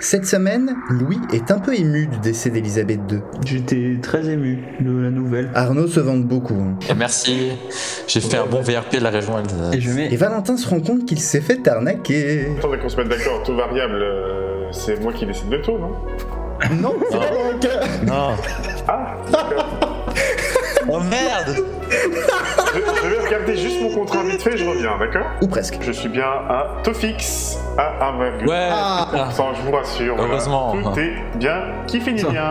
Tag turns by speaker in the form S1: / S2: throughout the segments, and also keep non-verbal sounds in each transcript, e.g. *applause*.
S1: Cette semaine, Louis est un peu ému du décès d'Elisabeth II.
S2: J'étais très ému de la nouvelle.
S1: Arnaud se vante beaucoup. hein.
S3: Et merci, j'ai fait un bon VRP de la région Alsace.
S2: Et je mets.
S1: Et Valentin se rend compte qu'il s'est fait arnaquer.
S4: Attendez qu'on se mette d'accord, taux variable, euh, c'est moi qui décide de taux, non
S1: Non, c'est la banque
S3: Non.
S4: Ah d'accord.
S3: Oh merde
S4: je, je vais regarder juste mon contrat vite fait, je reviens, d'accord
S1: Ou presque.
S4: Je suis bien à taux fixe à 1,5.
S3: Ouais,
S1: Ah.
S3: putain.
S4: je vous rassure. voilà.
S3: Heureusement.
S4: Tout est bien, qui finit
S2: Ça.
S4: bien.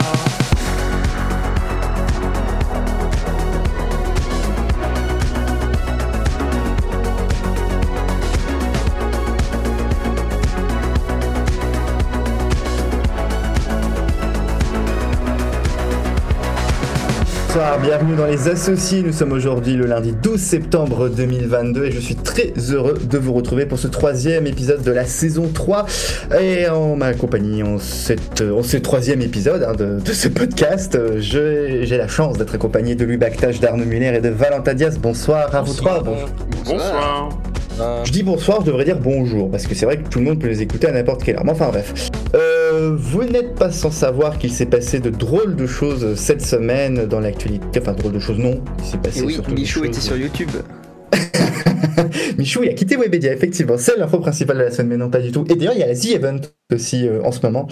S1: Bonsoir, bienvenue dans les associés. Nous sommes aujourd'hui le lundi 12 septembre 2022 et je suis très heureux de vous retrouver pour ce troisième épisode de la saison 3. Et en ma compagnie, en, cette, en ce troisième épisode hein, de, de ce podcast, euh, je- j'ai la chance d'être accompagné de Louis Bactage, d'Arnaud Muller et de Valentin Diaz. Bonsoir à vous trois. Bon-
S4: Bonsoir.
S1: Je dis bonsoir, je devrais dire bonjour, parce que c'est vrai que tout le monde peut les écouter à n'importe quelle heure. Mais enfin bref. Euh, vous n'êtes pas sans savoir qu'il s'est passé de drôles de choses cette semaine dans l'actualité. Enfin, drôles de choses, non. Il s'est passé
S2: Et Eh oui,
S1: surtout des
S2: Michou
S1: choses-
S2: était sur YouTube.
S1: Michou, il a quitté Webedia, effectivement. C'est l'info principale de la semaine, mais non, pas du tout. Et d'ailleurs, il y a la The Event aussi euh, en ce moment.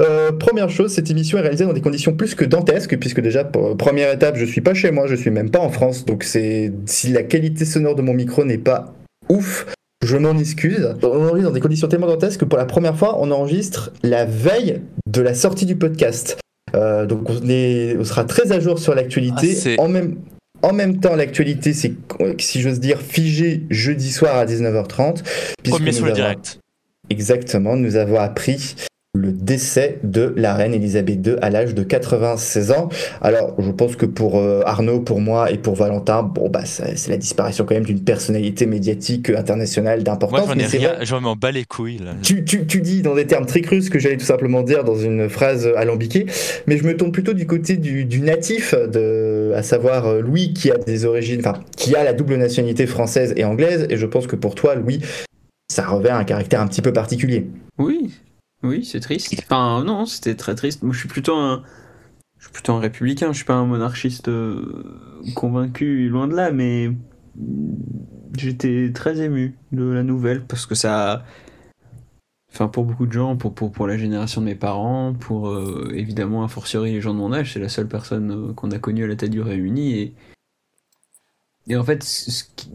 S1: Euh, première chose, cette émission est réalisée dans des conditions plus que dantesques, puisque déjà, pour- première étape, je suis pas chez moi, je suis même pas en France, donc c'est si la qualité sonore de mon micro n'est pas ouf. Je m'en excuse. On enregistre dans des conditions tellement dantesques que pour la première fois, on enregistre la veille de la sortie du podcast. Euh, donc on, est- on sera très à jour sur
S3: Ah,
S1: l'actualité.
S3: c'est-
S1: en même en même temps, l'actualité, c'est, si j'ose dire, figé jeudi soir à 19h30. puisque
S3: Premier
S1: nous
S3: sur le
S1: avons-
S3: direct.
S1: Exactement, nous avons appris le décès de la reine Elisabeth II à l'âge de 96 ans. Alors, je pense que pour euh, Arnaud, pour moi et pour Valentin, bon, bah, ça- c'est la disparition quand même d'une personnalité médiatique euh, internationale
S3: Moi
S1: d'importance.
S3: j'en ai
S1: mais c'est
S3: rien,
S1: vrai-
S3: je m'en bats les couilles là.
S1: tu, tu, tu dis dans des termes très crus ce que j'allais tout simplement dire dans une phrase alambiquée, mais je me tourne plutôt du côté du, du natif, de, à savoir euh, Louis qui a des origines, enfin qui a la double nationalité française et anglaise, et je pense que pour toi, Louis, ça revêt un caractère un petit peu particulier.
S2: Oui, oui, c'est triste. Enfin, non, c'était très triste. Moi, je suis plutôt un. Je suis plutôt un républicain, je suis pas un monarchiste euh, convaincu, loin de là, mais mm, j'étais très ému de la nouvelle parce que ça. Enfin, pour beaucoup de gens, pour, pour, pour la génération de mes parents, pour euh, évidemment, a fortiori, les gens de mon âge, c'est la seule personne euh, qu'on a connue à la tête du Réuni. Et, et en fait, ce ce qui.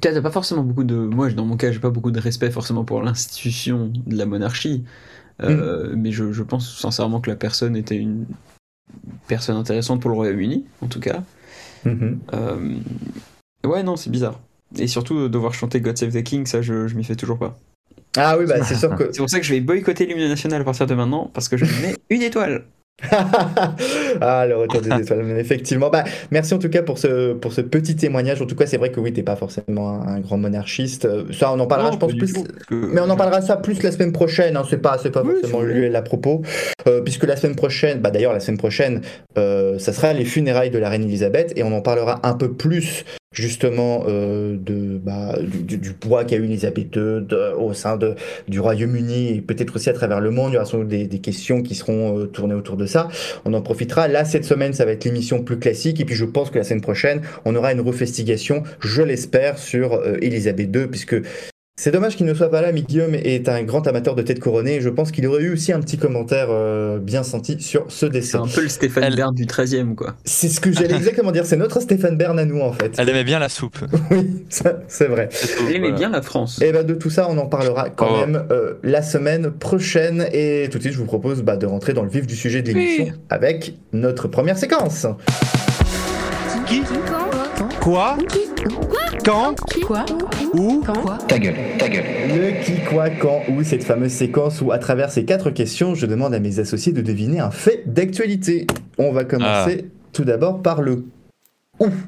S2: Tu vois, t'as pas forcément beaucoup de. Moi, dans mon cas, j'ai pas beaucoup de respect forcément pour l'institution de la monarchie.
S1: Mm.
S2: Euh, Mais je, je pense sincèrement que la personne était une personne intéressante pour le Royaume-Uni, en tout cas.
S1: Mhm.
S2: Euh, Ouais, non, c'est bizarre. Et surtout, euh, devoir chanter God Save the King, ça, je, je m'y fais toujours pas.
S1: Ah oui, bah c'est sûr que *laughs*
S2: C'est pour ça que je vais boycotter l'hymne national à partir de maintenant, parce que je lui mets une étoile.
S1: ah, le retour des étoiles, mais effectivement. Bah, merci en tout cas pour ce, pour ce petit témoignage. En tout cas, c'est vrai que oui, t'es pas forcément un, un grand monarchiste. Euh, Ça, on en parlera,
S2: Non,
S1: je pense,
S2: pas du
S1: plus.
S2: tout, parce que-
S1: Mais on en parlera ça plus la semaine prochaine, hein, c'est pas, c'est pas
S2: Oui,
S1: forcément
S2: c'est
S1: le
S2: vrai.
S1: lieu et la propos, Euh, puisque la semaine prochaine, bah d'ailleurs la semaine prochaine, euh, ça sera les funérailles de la reine Elisabeth, et on en parlera un peu plus justement euh, de, bah, du, du- du poids qu'a eu Elisabeth II de- au sein de, du Royaume-Uni, et peut-être aussi à travers le monde, il y aura sans doute des, des questions qui seront euh, tournées autour de ça, on en profitera, là cette semaine ça va être l'émission plus classique, et puis je pense que la semaine prochaine, on aura une refestigation, je l'espère, sur euh, Elisabeth II, puisque c'est dommage qu'il ne soit pas là, mais Guillaume est un grand amateur de tête couronnée et je pense qu'il aurait eu aussi un petit commentaire euh, bien senti sur ce
S2: C'est
S1: décès.
S2: un peu le Stéphane
S3: Elle-
S2: Bern du 13 e quoi.
S1: C'est ce que j'allais exactement dire, c'est notre Stéphane Bern à nous en fait.
S3: Elle aimait bien la soupe. euh,
S1: Oui, ça, c'est vrai.
S2: Il aimait
S3: Voilà.
S2: bien la France.
S1: Et ben de tout ça, on en parlera quand
S3: Oh.
S1: même euh, la semaine prochaine et tout de suite je vous propose bah, de rentrer dans le vif du sujet de l'émission avec notre première séquence.
S5: Qui
S6: Quoi Quand
S5: Quoi
S6: Où
S5: Quand
S1: Le qui, quoi, quand, où, cette fameuse séquence où, à travers ces quatre questions, je demande à mes associés de deviner un fait d'actualité. On va
S3: Ah.
S1: commencer tout d'abord par le.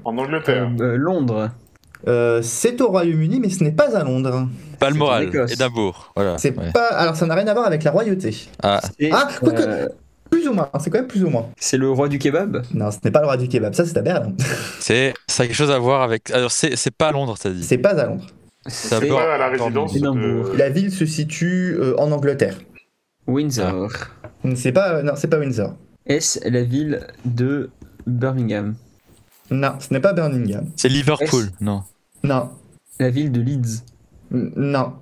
S4: En Angleterre.
S2: Euh, Londres.
S1: Euh, c'est au Royaume-Uni, mais ce n'est pas à Londres.
S2: C'est en
S3: Balmoral,
S2: Écosse.
S3: Édimbourg. Voilà.
S1: C'est
S3: ouais.
S1: pas. Alors, ça n'a rien à voir avec la royauté.
S3: Ah,
S2: C'est,
S1: Ah, quoi que-
S2: euh,
S1: Plus ou moins. hein, C'est quand même plus ou moins.
S2: c'est le roi du kebab
S1: Non, ce n'est pas le roi du kebab. Ça, c'est à Berlin.
S3: c'est ça a quelque chose à voir avec. Alors c'est c'est pas à Londres, t'as dit.
S1: C'est pas à Londres.
S3: Ça
S2: C'est
S3: peut-
S4: pas à la
S3: pardon.
S4: résidence.
S2: Édimbourg.
S4: de-
S1: La ville se situe euh, en Angleterre.
S2: Windsor.
S1: C'est pas, non, c'est pas Windsor.
S2: Est-ce la ville de Birmingham
S1: Non, ce n'est pas Birmingham.
S3: C'est Liverpool, non.
S1: Non,
S2: La ville de Leeds
S1: N- non.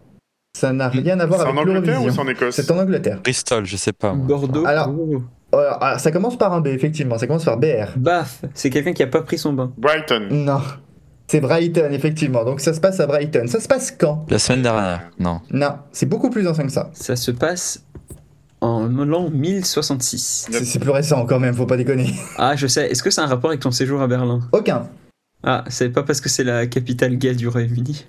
S1: Ça n'a rien à voir
S4: C'est en
S1: avec
S4: Angleterre ou c'est
S1: l'Eurovision.
S4: en Écosse
S1: C'est en Angleterre.
S3: Bristol, je sais pas. moi.
S2: Bordeaux
S1: Alors-
S2: Oh.
S1: Alors, alors, ça commence par un B, effectivement. Ça commence par BR.
S2: Baf C'est quelqu'un qui a pas pris son bain.
S4: Brighton.
S1: Non. C'est Brighton, effectivement. Donc ça se passe à Brighton. Ça se passe quand
S3: La semaine dernière, non.
S1: Non, c'est beaucoup plus ancien que ça.
S2: Ça se passe en l'an 1066.
S1: C'est c'est plus récent quand même, faut pas déconner. *laughs*
S2: Ah, je sais. Est-ce que ça a un rapport avec ton séjour à Berlin
S1: Aucun. *laughs*
S2: Ah, c'est pas parce que c'est la capitale gay du Royaume-Uni.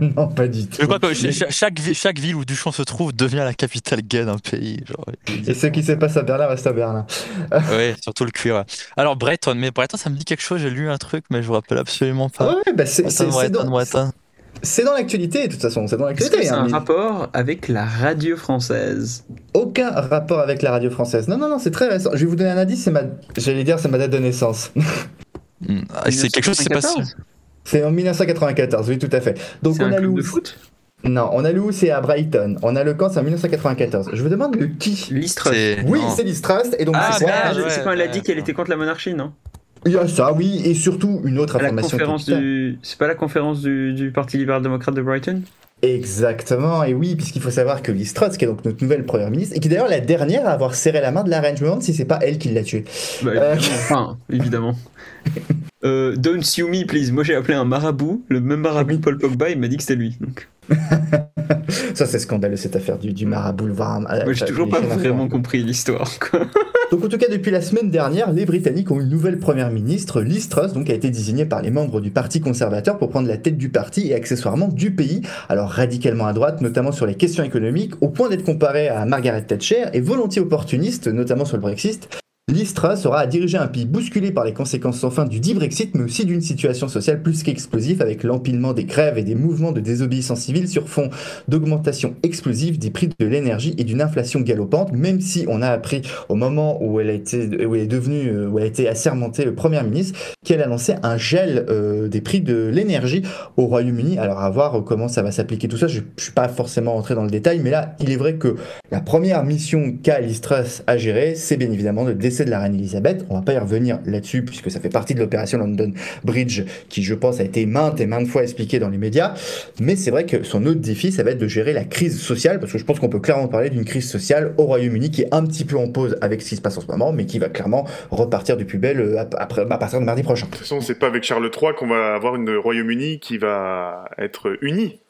S1: non, pas du tout.
S3: Je crois que ch- ch- chaque, vi- chaque ville où Duchamp se trouve devient la capitale gay d'un pays. Genre.
S1: Et ce qui se passe à Berlin reste à Berlin.
S3: ouais, surtout le cuir. ouais. Alors Breton, mais Breton, ça me dit quelque chose. J'ai lu un truc, mais je me rappelle absolument pas.
S1: Ouais, bah c'est
S3: Breton,
S1: c'est- c'est
S3: Breton,
S1: dans,
S3: Breton.
S1: c'est dans l'actualité, de toute façon. C'est dans
S2: Est-ce que
S1: l'actualité.
S2: ça a
S1: hein,
S2: un
S1: mais
S2: rapport avec la radio française
S1: Aucun rapport avec la radio française. Non, non, non, c'est très récent. Je vais vous donner un indice, c'est ma... j'allais dire, c'est ma date de naissance. *laughs*
S3: Mm. Ah, C'est quelque chose qui s'est passé.
S2: 1994?
S1: c'est en 1994, oui, tout à fait. Donc
S2: C'est
S1: on a
S2: un
S1: le
S2: club
S1: où
S2: de foot
S1: Non, on a le où c'est à Brighton. On a le quand, c'est en 1994. Je vous demande le qui.
S2: L'Istre.
S3: C'est-
S1: Oui,
S3: non.
S1: c'est l'Istrust, et donc
S2: Ah,
S1: c'est
S3: ouais,
S2: merde,
S3: ouais,
S2: c'est quand elle a
S3: ouais,
S2: dit qu'elle
S3: ouais.
S2: était contre la monarchie, non
S1: Il y a ça, oui, et surtout une autre
S2: À la
S1: information.
S2: conférence
S1: capitale.
S2: du. C'est pas la conférence du, du Parti libéral-démocrate de Brighton
S1: Exactement, et oui, puisqu'il faut savoir que Liz Truss, qui est donc notre nouvelle première ministre, et qui est d'ailleurs la dernière à avoir serré la main de la reine, je me demande si c'est pas elle qui l'a tuée.
S2: Bah,
S1: Euh.
S2: évidemment. Enfin, évidemment. *laughs* Euh, don't sue me, please. Moi, j'ai appelé un marabout. Le même marabout, Paul Pogba, il m'a dit que c'était lui. Donc,
S1: Ça, c'est scandaleux cette affaire du, du marabout, le voir. à- à-
S2: moi, j'ai
S1: à-
S2: toujours
S1: les
S2: pas
S1: chaînes
S2: vraiment
S1: influentes.
S2: compris l'histoire. quoi.
S1: Donc, en tout cas, depuis la semaine dernière, les Britanniques ont une nouvelle première ministre, Liz Truss, donc a été désignée par les membres du Parti conservateur pour prendre la tête du parti et accessoirement du pays, alors radicalement à droite, notamment sur les questions économiques, au point d'être comparée à Margaret Thatcher et volontiers opportuniste, notamment sur le Brexit. L'Istra sera à diriger un pays bousculé par les conséquences sans fin du dit Brexit, mais aussi d'une situation sociale plus qu'explosive avec l'empilement des grèves et des mouvements de désobéissance civile sur fond d'augmentation explosive des prix de l'énergie et d'une inflation galopante, même si on a appris au moment où elle a été, où elle est devenue, euh, où elle a été assermentée euh, première ministre, qu'elle annonçait un gel euh, des prix de l'énergie au Royaume-Uni. Alors à voir euh, comment ça va s'appliquer tout ça, je ne suis pas forcément rentré dans le détail, mais là, il est vrai que la première mission qu'a Listras à gérer, c'est bien évidemment le décès de la reine Elisabeth. On va pas y revenir là-dessus puisque ça fait partie de l'opération London Bridge qui, je pense, a été maintes et maintes fois expliquée dans les médias. Mais c'est vrai que son autre défi, ça va être de gérer la crise sociale parce que je pense qu'on peut clairement parler d'une crise sociale au Royaume-Uni qui est un petit peu en pause avec ce qui se passe en ce moment, mais qui va clairement repartir de plus belle euh, ap- après, à partir de mardi prochain.
S4: De toute façon, c'est pas avec Charles III qu'on va avoir une Royaume-Uni qui va être unie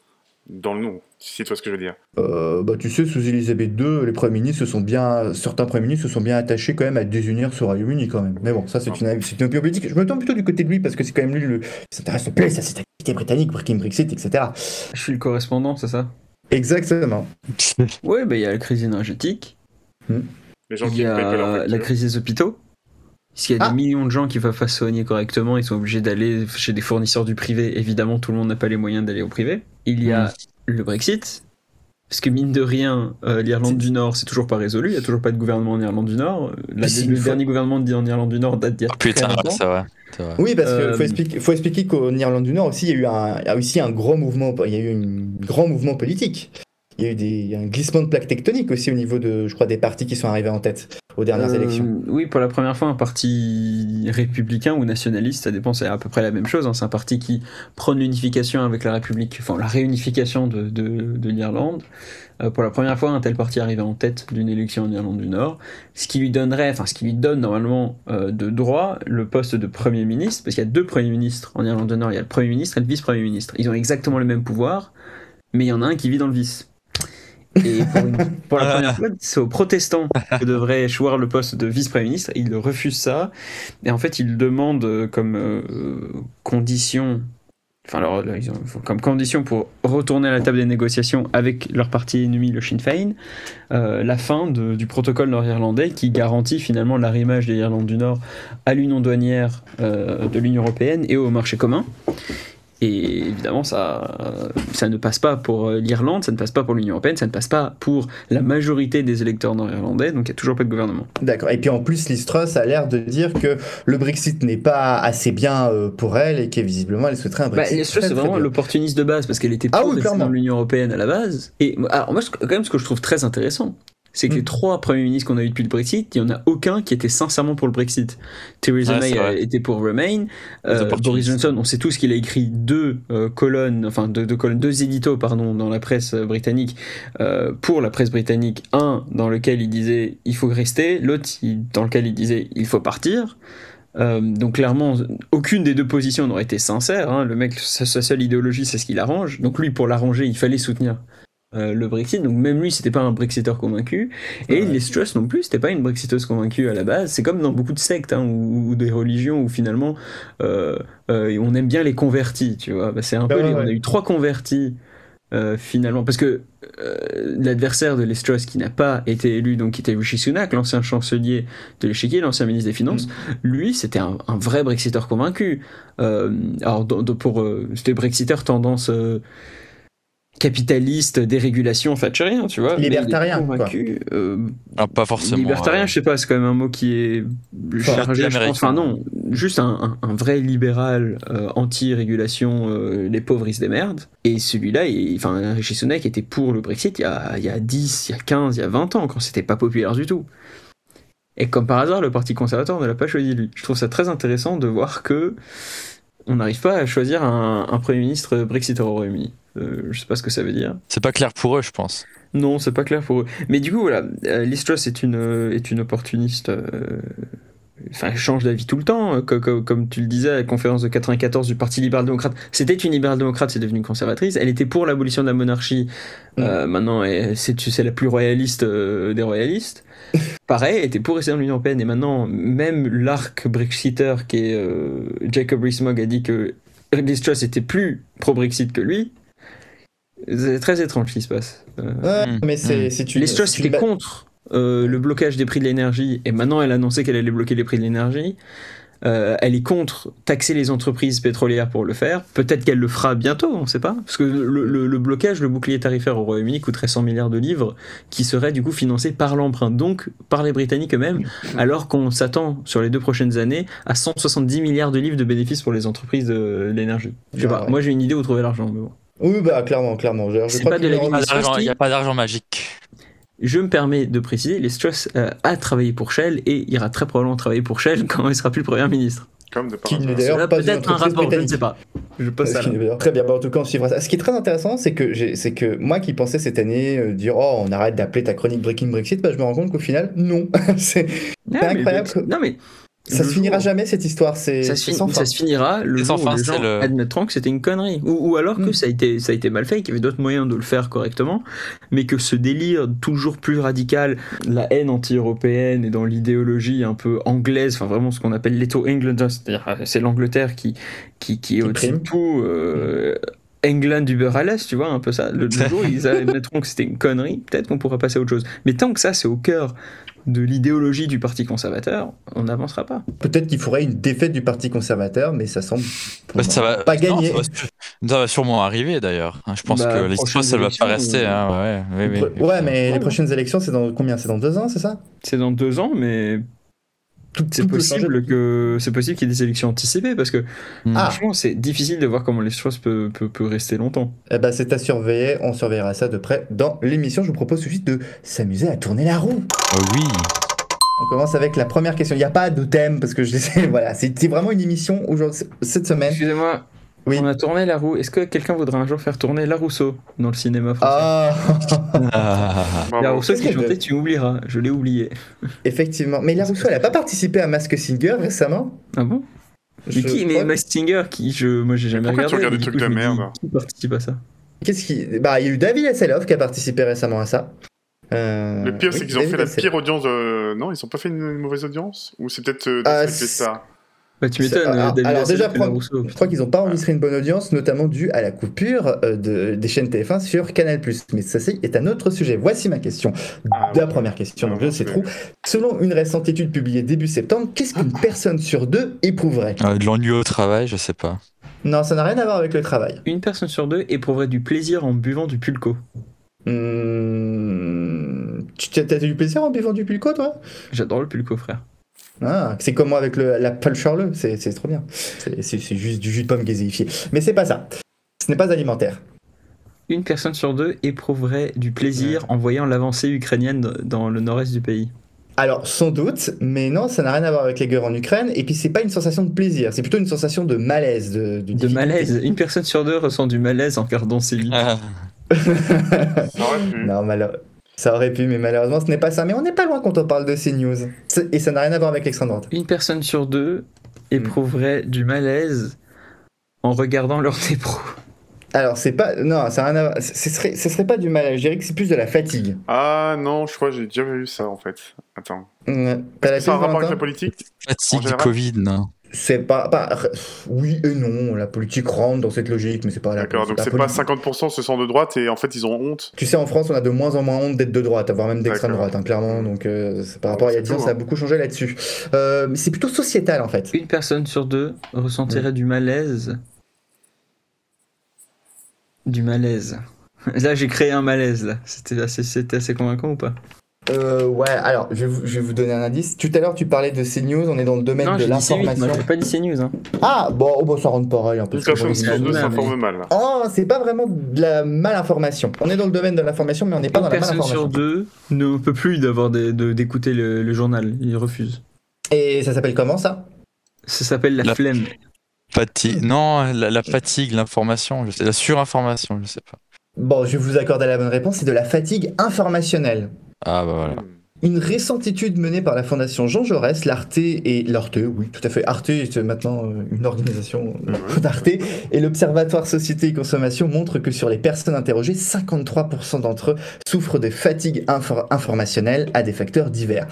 S4: dans le nom, si tu vois ce que je veux dire.
S1: Euh, bah, tu sais, sous Elisabeth II, les premiers ministres se sont bien, certains premiers ministres se sont bien attachés quand même à désunir ce Royaume-Uni quand même. Mais bon, ça c'est une, c'est une opinion politique. Je me tourne plutôt du côté de lui parce que c'est quand même lui le, qui s'intéresse le plus à cette activité britannique, Breaking Brexit, etc.
S2: Je suis le correspondant, c'est ça
S1: Exactement.
S2: Ouais, bah, il y a la crise énergétique.
S4: Les gens
S2: Il
S4: qui
S2: y
S4: payent pas leur
S2: a
S4: facture.
S2: la crise des hôpitaux. S'il y a
S1: Ah.
S2: des millions de gens qui peuvent pas soigner correctement, ils sont obligés d'aller chez des fournisseurs du privé. Évidemment, tout le monde n'a pas les moyens d'aller au privé. Il y
S1: Mm.
S2: a le Brexit. Parce que mine de rien, euh, l'Irlande du Nord, c'est toujours pas résolu. Il y a toujours pas de gouvernement en Irlande du Nord. Euh, La-
S1: Mais c'est une
S2: le
S1: faute.
S2: dernier gouvernement d'I- en Irlande du Nord date d'il y a
S3: Ah, putain,
S2: très
S3: ouais,
S2: longtemps.
S3: c'est vrai. c'est vrai.
S1: Oui, parce qu'il
S2: Euh,
S1: faut expliquer, faut expliquer qu'en Irlande du Nord aussi, il y a eu un, il y a aussi un grand mouvement, il y a eu un grand mouvement politique. Il y a eu des, un glissement de plaques tectoniques aussi au niveau de, je crois, des partis qui sont arrivés en tête aux dernières
S2: Euh,
S1: élections.
S2: Oui, pour la première fois, un parti républicain ou nationaliste, ça dépend, c'est à peu près la même chose. hein. C'est un parti qui prône l'unification avec la République, enfin la réunification de, de- de l'Irlande. Euh, pour la première fois, un tel parti arrivait en tête d'une élection en Irlande du Nord, ce qui lui donnerait, enfin ce qui lui donne normalement euh, de droit le poste de Premier ministre, parce qu'il y a deux Premiers ministres en Irlande du Nord, il y a le Premier ministre et le Vice-Premier ministre. Ils ont exactement le même pouvoir, mais il y en a un qui vit dans le vice. Et pour, une- pour la première fois, c'est aux protestants que devrait échouer le poste de vice-premier ministre. Il refuse ça. Et en fait, il demande euh, comme euh, condition, enfin, leur- leur- ils ont- comme condition pour retourner à la table des négociations avec leur parti ennemi, le Sinn Féin, euh, la fin de- du protocole nord-irlandais qui garantit finalement l'arrimage des l'Irlande du Nord à l'union douanière euh, de l'Union européenne et au marché commun. Et évidemment, ça, euh, ça ne passe pas pour euh, l'Irlande, ça ne passe pas pour l'Union Européenne, ça ne passe pas pour la majorité des électeurs nord-irlandais, donc il n'y a toujours pas de gouvernement.
S1: D'accord. Et puis en plus, Liz Truss a l'air de dire que le Brexit n'est pas assez bien euh, pour elle et que visiblement elle souhaiterait un
S2: Bah,
S1: Brexit.
S2: Liz Truss,
S1: très, très
S2: c'est vraiment
S1: bien.
S2: l'opportuniste de base, parce qu'elle était
S1: Ah
S2: pour
S1: oui,
S2: rester
S1: clairement.
S2: dans l'Union Européenne à la base. Et alors, moi, ce- quand même, ce que je trouve très intéressant, c'est que
S1: Mm.
S2: les trois premiers ministres qu'on a eu depuis le Brexit, il n'y en a aucun qui était sincèrement pour le Brexit. Theresa
S3: Ouais,
S2: May
S3: c'est
S2: euh,
S3: vrai.
S2: était pour Remain. Euh,
S3: opportunistes.
S2: Boris Johnson, on sait tous qu'il a écrit deux euh, colonnes, enfin deux, deux colonnes, deux éditos pardon, dans la presse euh, britannique euh, pour la presse britannique. Un dans lequel il disait il faut rester, l'autre il- dans lequel il disait il faut partir. Euh, donc clairement, aucune des deux positions n'aurait été sincère. hein. Le mec, sa, sa seule idéologie, c'est ce qu'il arrange. Donc lui, pour l'arranger, il fallait soutenir euh, le Brexit. Donc même lui, c'était pas un Brexiteur convaincu. Et
S1: Ouais.
S2: les Truss non plus, c'était pas une Brexiteuse convaincue à la base. C'est comme dans beaucoup de sectes hein, ou, ou des religions où finalement euh, euh, on aime bien les convertis, tu vois. Bah, c'est un peu,
S1: ouais,
S2: les- on a
S1: ouais.
S2: eu trois convertis euh, finalement, parce que euh, l'adversaire de Les Truss qui n'a pas été élu, donc qui était Rishi Sunak, l'ancien chancelier de l'échiquier, l'ancien ministre des Finances,
S1: Mm.
S2: lui, c'était un, un vrai Brexiteur convaincu. Euh, alors, dans- dans- pour, euh, c'était Brexiteur tendance euh, capitaliste, dérégulation, thatcherien, tu vois. mais il est
S1: Libertarien, quoi.
S2: convaincu, euh,
S3: Ah, pas forcément.
S2: libertarien,
S3: euh,
S2: je sais pas, c'est quand même un mot qui est chargé, je
S3: anti-américain.
S2: pense. Enfin, non, juste un, un- un vrai libéral euh, anti-régulation, euh, les pauvres ils se démerdent. Et celui-là, il- enfin, Rishi Sunak était pour le Brexit il y, a, il y a 10, il y a 15, il y a 20 ans, quand c'était pas populaire du tout. Et comme par hasard, le Parti conservateur ne l'a pas choisi lui. Je trouve ça très intéressant de voir que on n'arrive pas à choisir un, un Premier ministre Brexiteur au Royaume-Uni. Euh, je sais pas ce que ça veut dire.
S3: C'est pas clair pour eux, je pense.
S2: Non, c'est pas clair pour eux. Mais du coup, voilà, euh, Liz Truss est une, euh, est une opportuniste. euh, Enfin, elle change d'avis tout le temps. euh, co- co- Comme, tu le disais à la conférence de 94 du Parti libéral-démocrate, c'était une libérale-démocrate, c'est devenu une conservatrice. Elle était pour l'abolition de la monarchie. Euh, maintenant, elle- c'est tu sais, la plus royaliste euh, des royalistes. Pareil, elle était pour rester dans l'Union Européenne. Et maintenant, même l'arc brexiter qui est euh, Jacob Rees-Mogg a dit que Liz Truss était plus pro-Brexit que lui. C'est très étrange ce qui se passe. Euh,
S1: Ouais,
S3: Mm.
S1: mais c'est
S3: Mm.
S1: c'est une.
S2: les Truss
S1: c'est une
S2: c'était
S1: ba-
S2: contre euh, le blocage des prix de l'énergie et maintenant elle a annoncé qu'elle allait bloquer les prix de l'énergie. Euh, elle est contre taxer les entreprises pétrolières pour le faire. Peut-être qu'elle le fera bientôt, on ne sait pas. Parce que le, le- le blocage, le bouclier tarifaire au Royaume-Uni coûterait 100 milliards de livres, qui seraient du coup financés par l'emprunt, donc par les Britanniques eux-mêmes, alors qu'on s'attend sur les deux prochaines années à 170 milliards de livres de bénéfices pour les entreprises de l'énergie. Je sais
S1: Ah
S2: pas,
S1: ouais.
S2: moi j'ai une idée où trouver l'argent, mais bon.
S1: Oui, bah clairement, clairement. Je, je
S2: C'est
S1: crois
S2: pas
S1: que
S2: de la
S1: le-
S2: vie
S3: Pas
S2: Liz Truss
S3: d'argent-
S2: qui-
S3: Il n'y a pas d'argent magique.
S2: Je me permets de préciser, les Truss euh, a travaillé pour Shell et ira très probablement travailler pour Shell *laughs* quand il sera plus Premier ministre.
S4: Comme de par
S1: Qui ne
S4: hasard.
S1: dé- D'ailleurs,
S2: Cela
S1: pas
S2: peut
S1: une
S2: être un
S1: entreprise
S2: rapport, je ne
S1: britannique.
S2: sais pas. Je passe
S1: Ce
S2: à
S1: qui
S2: la-
S1: est bien. Très bien, Bah, en tout cas on suivra ça. Ce qui est très intéressant, c'est que, j'ai- c'est que moi qui pensais cette année euh, dire oh on arrête d'appeler ta chronique Breaking Brexit, bah, je me rends compte qu'au final non, *laughs* C'est- C'est
S2: Ah, mais-
S1: incroyable.
S2: Non mais
S1: ça
S2: le
S1: se finira
S2: jour-
S1: jamais cette histoire, c'est
S2: Ça se,
S1: c'est
S2: fin-
S1: sans fin.
S2: ça se finira le
S3: Les
S2: jour où
S3: enfants,
S2: les
S3: c'est
S2: gens
S3: le-
S2: admettront que c'était une connerie. Ou, ou alors que
S1: Mm.
S2: ça, a été, ça a été mal fait, et qu'il y avait d'autres moyens de le faire correctement, mais que ce délire toujours plus radical, la haine anti-européenne et dans l'idéologie un peu anglaise, enfin vraiment ce qu'on appelle l'Eto England, c'est-à-dire euh, c'est l'Angleterre qui, qui, qui est au-dessus de
S1: prime.
S2: tout. euh, England du beurre à l'est, tu vois, un peu ça. Le le jour, où
S3: *laughs*
S2: ils admettront que c'était une connerie, peut-être qu'on pourra passer à autre chose. Mais tant que ça, c'est au cœur de l'idéologie du Parti conservateur, on n'avancera pas.
S1: Peut-être qu'il faudrait une défaite du Parti conservateur, mais ça semble pour
S3: Bah,
S1: moi,
S3: ça va
S1: pas
S3: non,
S1: gagner.
S3: ça, va, su- ça va sûrement arriver d'ailleurs. hein. Je pense
S2: Bah,
S3: que l'histoire,
S2: prochaines
S3: ça va pas
S2: élections,
S3: rester.
S2: euh,
S3: hein, Ouais, ouais, ouais,
S1: Ouais,
S3: ouais.
S1: mais
S2: Ouais.
S1: les prochaines élections, c'est dans combien C'est dans deux ans, c'est ça
S2: C'est dans deux ans, mais
S1: Tout-
S2: c'est
S1: tout peut changer.
S2: possible que c'est possible qu'il y ait des élections anticipées parce que
S3: Hmm.
S1: Ah.
S2: franchement c'est difficile de voir comment les choses peuvent peut, peut rester longtemps.
S1: Eh ben, c'est à surveiller, on surveillera ça de près dans l'émission. Je vous propose tout de suite de s'amuser à tourner la roue.
S3: Oh oui.
S1: On commence avec la première question. Il n'y a pas de thème parce que je sais, *laughs* voilà, c'était vraiment une émission aujourd'hui, cette semaine.
S2: Excusez-moi,
S1: Oui.
S2: on a tourné la roue. Est-ce que quelqu'un voudrait un jour faire tourner la Rousseau dans le cinéma français
S1: Ah,
S3: Ah.
S4: Bravo.
S2: La Rousseau
S1: Qu'est-ce
S2: qui
S1: qu'elle
S2: chantait
S1: veut
S2: Tu oublieras, je l'ai oublié.
S1: *laughs* effectivement. Mais la Rousseau, elle n'a pas participé à Mask Singer récemment
S2: Ah bon
S1: Je
S2: Mais qui Mais
S1: crois-
S2: Max Stinger qui je moi j'ai jamais
S4: pourquoi tu
S2: regardé. mais
S4: regardes des
S2: du
S4: trucs
S2: coup,
S4: de
S2: je me dis,
S4: merde
S2: Qui participe à ça
S1: Qu'est-ce qui Bah, il y a eu David Hasselhoff qui a participé récemment à ça. Euh,
S4: Le pire,
S1: oui,
S4: c'est qu'ils ont fait
S1: David
S4: la
S1: Hasselhoff.
S4: pire audience. euh, Non, ils ont pas fait une, une mauvaise audience Ou c'est peut-être euh,
S1: Ah,
S4: Danse avec
S1: c'est-
S4: les stars
S2: Bah tu
S1: C'est-
S2: m'étonnes.
S1: alors-
S2: euh, David
S1: alors,
S2: Hasselhoff
S1: déjà,
S2: et la
S1: prends-
S2: Rousseau.
S1: Je crois qu'ils n'ont pas
S4: Ah.
S1: enregistré une bonne audience, notamment due à la coupure euh, de, des chaînes TF1 sur Canal+. Mais ça, c'est est un autre sujet. Voici ma question.
S4: Ah,
S1: la
S4: ouais.
S1: première question,
S4: Ah,
S1: donc je
S4: ouais.
S1: sais trop. Selon une récente étude
S4: Ah.
S1: publiée début septembre, qu'est-ce qu'une personne sur deux éprouverait
S3: Euh, de l'ennui au travail, je sais pas.
S1: Non, ça n'a rien à voir avec le travail.
S2: Une personne sur deux éprouverait du plaisir en buvant du pulco.
S1: Hmm, tu t'as t'as eu du plaisir en buvant du pulco, toi
S2: J'adore le pulco, frère.
S1: ah, C'est comme moi avec le, la pâle charleux, c'est c'est trop bien. C'est c'est- c'est juste du jus de pomme gazéifié. Mais c'est pas ça. Ce n'est pas alimentaire.
S2: Une personne sur deux éprouverait du plaisir en voyant l'avancée ukrainienne d- dans le nord-est du pays.
S1: Alors, sans doute, mais non, ça n'a rien à voir avec les guerres en Ukraine. Et puis, c'est pas une sensation de plaisir, c'est plutôt une sensation de malaise. De, de
S2: De
S1: difficulté.
S2: malaise. Une personne sur deux ressent du malaise en regardant ses vies.
S3: Ah,
S4: Ça aurait pu.
S1: Non, malheure- ça aurait pu, mais malheureusement, ce n'est pas ça. Mais on n'est pas loin quand on parle de ces news. C'est- Et ça n'a rien à voir avec l'extrême droite.
S2: Une personne sur deux éprouverait du malaise en regardant leurs *laughs* éprou.
S1: Alors, c'est pas. Non, ça n'a rien à voir. Ce serait, ce serait pas du malaise, je dirais que c'est plus de la fatigue.
S4: Ah non, je crois que j'ai déjà vu ça en fait. Attends.
S1: Hum, T'as la
S4: Ça a un
S1: piste,
S4: rapport avec
S1: Valentin
S4: la politique En
S3: fatigue du
S4: général-
S3: Covid, non.
S1: C'est pas, pas. Oui et non, la politique rentre dans cette logique, mais c'est pas la.
S4: D'accord, donc
S1: la
S4: c'est pas
S1: politique.
S4: 50% se sent de droite et en fait ils ont honte.
S1: Tu sais, en France, on a de moins en moins honte d'être de droite, voire même d'extrême
S4: D'accord. Mmh.
S1: droite, hein, clairement. Donc, euh, c'est par rapport à il y a
S4: C'est
S1: 10 ans,
S4: tout,
S1: ça a
S4: hein.
S1: beaucoup changé là-dessus. Euh, mais c'est plutôt sociétal, en fait.
S2: Une personne sur deux ressentirait du malaise. Du malaise. Là, j'ai créé un malaise, là. C'était assez, c'était assez convaincant ou pas
S1: Euh, ouais, alors, je vais, vous, je vais vous donner un indice. Tout à l'heure, tu parlais de CNews, on est dans le domaine
S2: Non,
S1: de
S2: j'ai dit C8, moi,
S1: l'information.
S2: j'ai pas dit CNews. Hein.
S1: Ah, bon, oh, bah, ça rentre pareil, un peu.
S4: Une personne
S1: parce que
S4: sur
S1: bon,
S4: deux
S2: mais-
S4: s'informe mal.
S1: Oh, c'est pas vraiment de la malinformation. On est dans le domaine de l'information, mais on n'est pas
S2: Une
S1: dans la
S2: personne
S1: malinformation.
S2: sur deux ne peut plus d'avoir des- de- d'écouter le, le journal. Il refuse.
S1: Et ça s'appelle comment, ça
S2: Ça s'appelle la,
S3: La-
S2: flemme.
S3: Fatigue. Non, la, la fatigue, l'information, je sais, la surinformation, je sais pas.
S1: Bon, je vais vous accorder la bonne réponse, c'est de la fatigue informationnelle.
S3: Ah bah voilà.
S1: Une récente étude menée par la Fondation Jean Jaurès, l'Arte et l'Arte, oui, tout à fait. Arte est maintenant euh, une organisation euh, d'Arte et l'Observatoire Société et Consommation montre que sur les personnes interrogées, 53% d'entre eux souffrent de fatigue infor- informationnelle à des facteurs divers.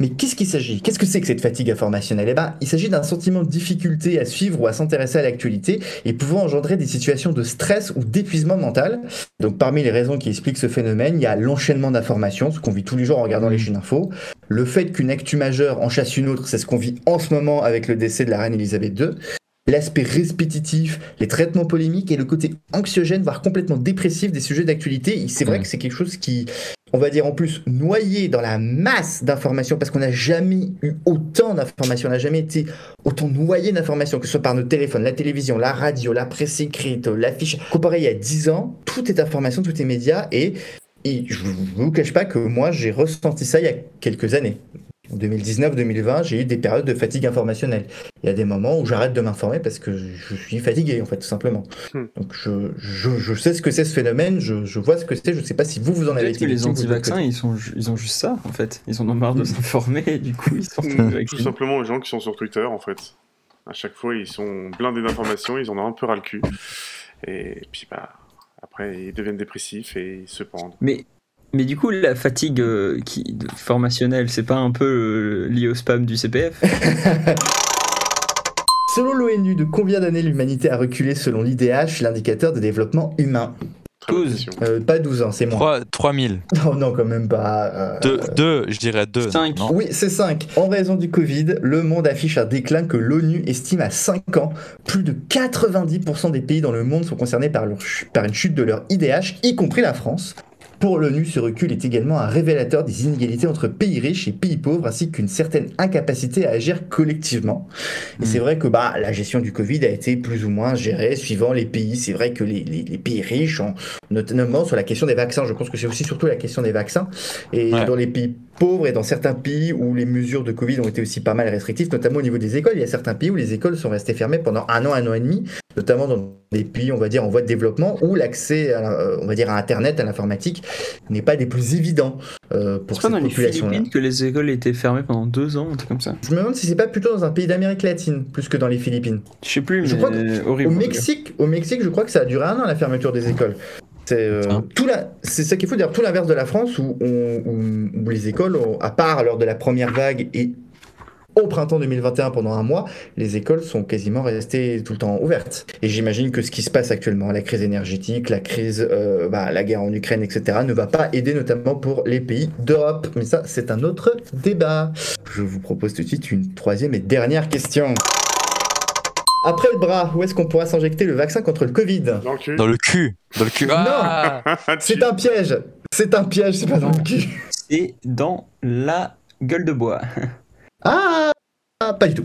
S1: Mais qu'est-ce qu'il s'agit Qu'est-ce que c'est que cette fatigue informationnelle Eh ben, il s'agit d'un sentiment de difficulté à suivre ou à s'intéresser à l'actualité et pouvant engendrer des situations de stress ou d'épuisement mental. Donc, parmi les raisons qui expliquent ce phénomène, il y a l'enchaînement d'informations, ce qu'on vit tous les jours en regardant les chaînes info, le fait qu'une actu majeure en chasse une autre, c'est ce qu'on vit en ce moment avec le décès de la reine Elisabeth II, l'aspect répétitif, les traitements polémiques et le côté anxiogène, voire complètement dépressif des sujets d'actualité. Et C'est vrai
S3: Mm.
S1: que c'est quelque chose qui, on va dire en plus, noyé dans la masse d'informations, parce qu'on n'a jamais eu autant d'informations, on n'a jamais été autant noyé d'informations, que ce soit par nos téléphones, la télévision, la radio, la presse écrite, l'affiche. Comparé il y a 10 ans, tout est information, tout est média, et, et je vous je vous cache pas que moi, j'ai ressenti ça il y a quelques années. En 2019-2020, j'ai eu des périodes de fatigue informationnelle. Il y a des moments où j'arrête de m'informer parce que je suis fatigué, en fait, tout simplement.
S4: Hmm.
S1: Donc je, je, je sais ce que c'est ce phénomène, je, je vois ce que c'est, je sais pas si vous, vous en avez
S2: Peut-être que
S1: été
S2: les
S1: victime, vous, de Mm. votre
S2: anti-vaccins, ils, sont ju- ils ont juste ça, en fait. Ils en ont marre de s'informer, et du coup, ils sont
S1: Mm.
S4: Tout simplement aux gens qui sont sur Twitter en fait. À chaque fois ils sont blindés d'informations, ils en ont un peu ras le cul. Et puis bah après ils deviennent dépressifs et ils se pendent.
S2: Mais, mais du coup, la fatigue euh, qui, de- formationnelle, c'est pas un peu euh, lié au spam du CPF
S1: Selon l'ONU, de combien d'années l'humanité a reculé selon l'IDH, l'indicateur de développement humain
S4: Très bonne
S2: Pause.
S4: question.
S1: Euh, Pas 12 ans, c'est moins.
S3: 3, 3000.
S1: Non, non, quand même pas. euh,
S3: 2, je dirais 2.
S2: Cinq.
S1: Oui, c'est 5. En raison du Covid, le monde affiche un déclin que l'ONU estime à 5 ans. Plus de 90% des pays dans le monde sont concernés par, leur chu- par une chute de leur IDH, y compris la France. Pour l'ONU, ce recul est également un révélateur des inégalités entre pays riches et pays pauvres, ainsi qu'une certaine incapacité à agir collectivement. Et
S2: Mm.
S1: c'est vrai que bah, la gestion du Covid a été plus ou moins gérée suivant les pays. C'est vrai que les, les- les pays riches, ont, notamment sur la question des vaccins, je pense que c'est aussi surtout la question des vaccins, et
S3: Ouais.
S1: dans les pays pauvres et dans certains pays où les mesures de Covid ont été aussi pas mal restrictives, notamment au niveau des écoles. Il y a certains pays où les écoles sont restées fermées pendant un an, un an et demi, notamment dans des pays, on va dire, en voie de développement, où l'accès, à la- euh, on va dire, à Internet, à l'informatique, n'est pas des plus évidents euh, pour
S2: C'est pas
S1: cette
S2: dans les
S1: population-là.
S2: Philippines que les écoles étaient fermées pendant deux ans, un truc comme ça
S1: Je me demande si c'est pas plutôt dans un pays d'Amérique latine, plus que dans les Philippines.
S2: Je sais plus, mais euh,
S1: Je crois que-
S2: horrible.
S1: Au Mexique, au Mexique, je crois que ça a duré un an la fermeture des écoles. C'est euh,
S3: Ah.
S1: tout la, c'est ça qu'il faut dire, tout l'inverse de la France où, on- où- où les écoles, ont- à part lors de la première vague et au printemps 2021 pendant un mois, les écoles sont quasiment restées tout le temps ouvertes. Et j'imagine que ce qui se passe actuellement, la crise énergétique, la crise, euh, bah, la guerre en Ukraine, etc., ne va pas aider notamment pour les pays d'Europe. Mais ça, c'est un autre débat. Je vous propose tout de suite une troisième et dernière question. Après le bras, où est-ce qu'on pourra s'injecter le vaccin contre le Covid
S4: Dans le cul.
S3: Dans le cul. Dans le cul.
S1: Non.
S3: Ah
S1: C'est un piège C'est un piège, c'est pas dans le cul.
S2: C'est dans la gueule de bois.
S1: Ah Pas du tout.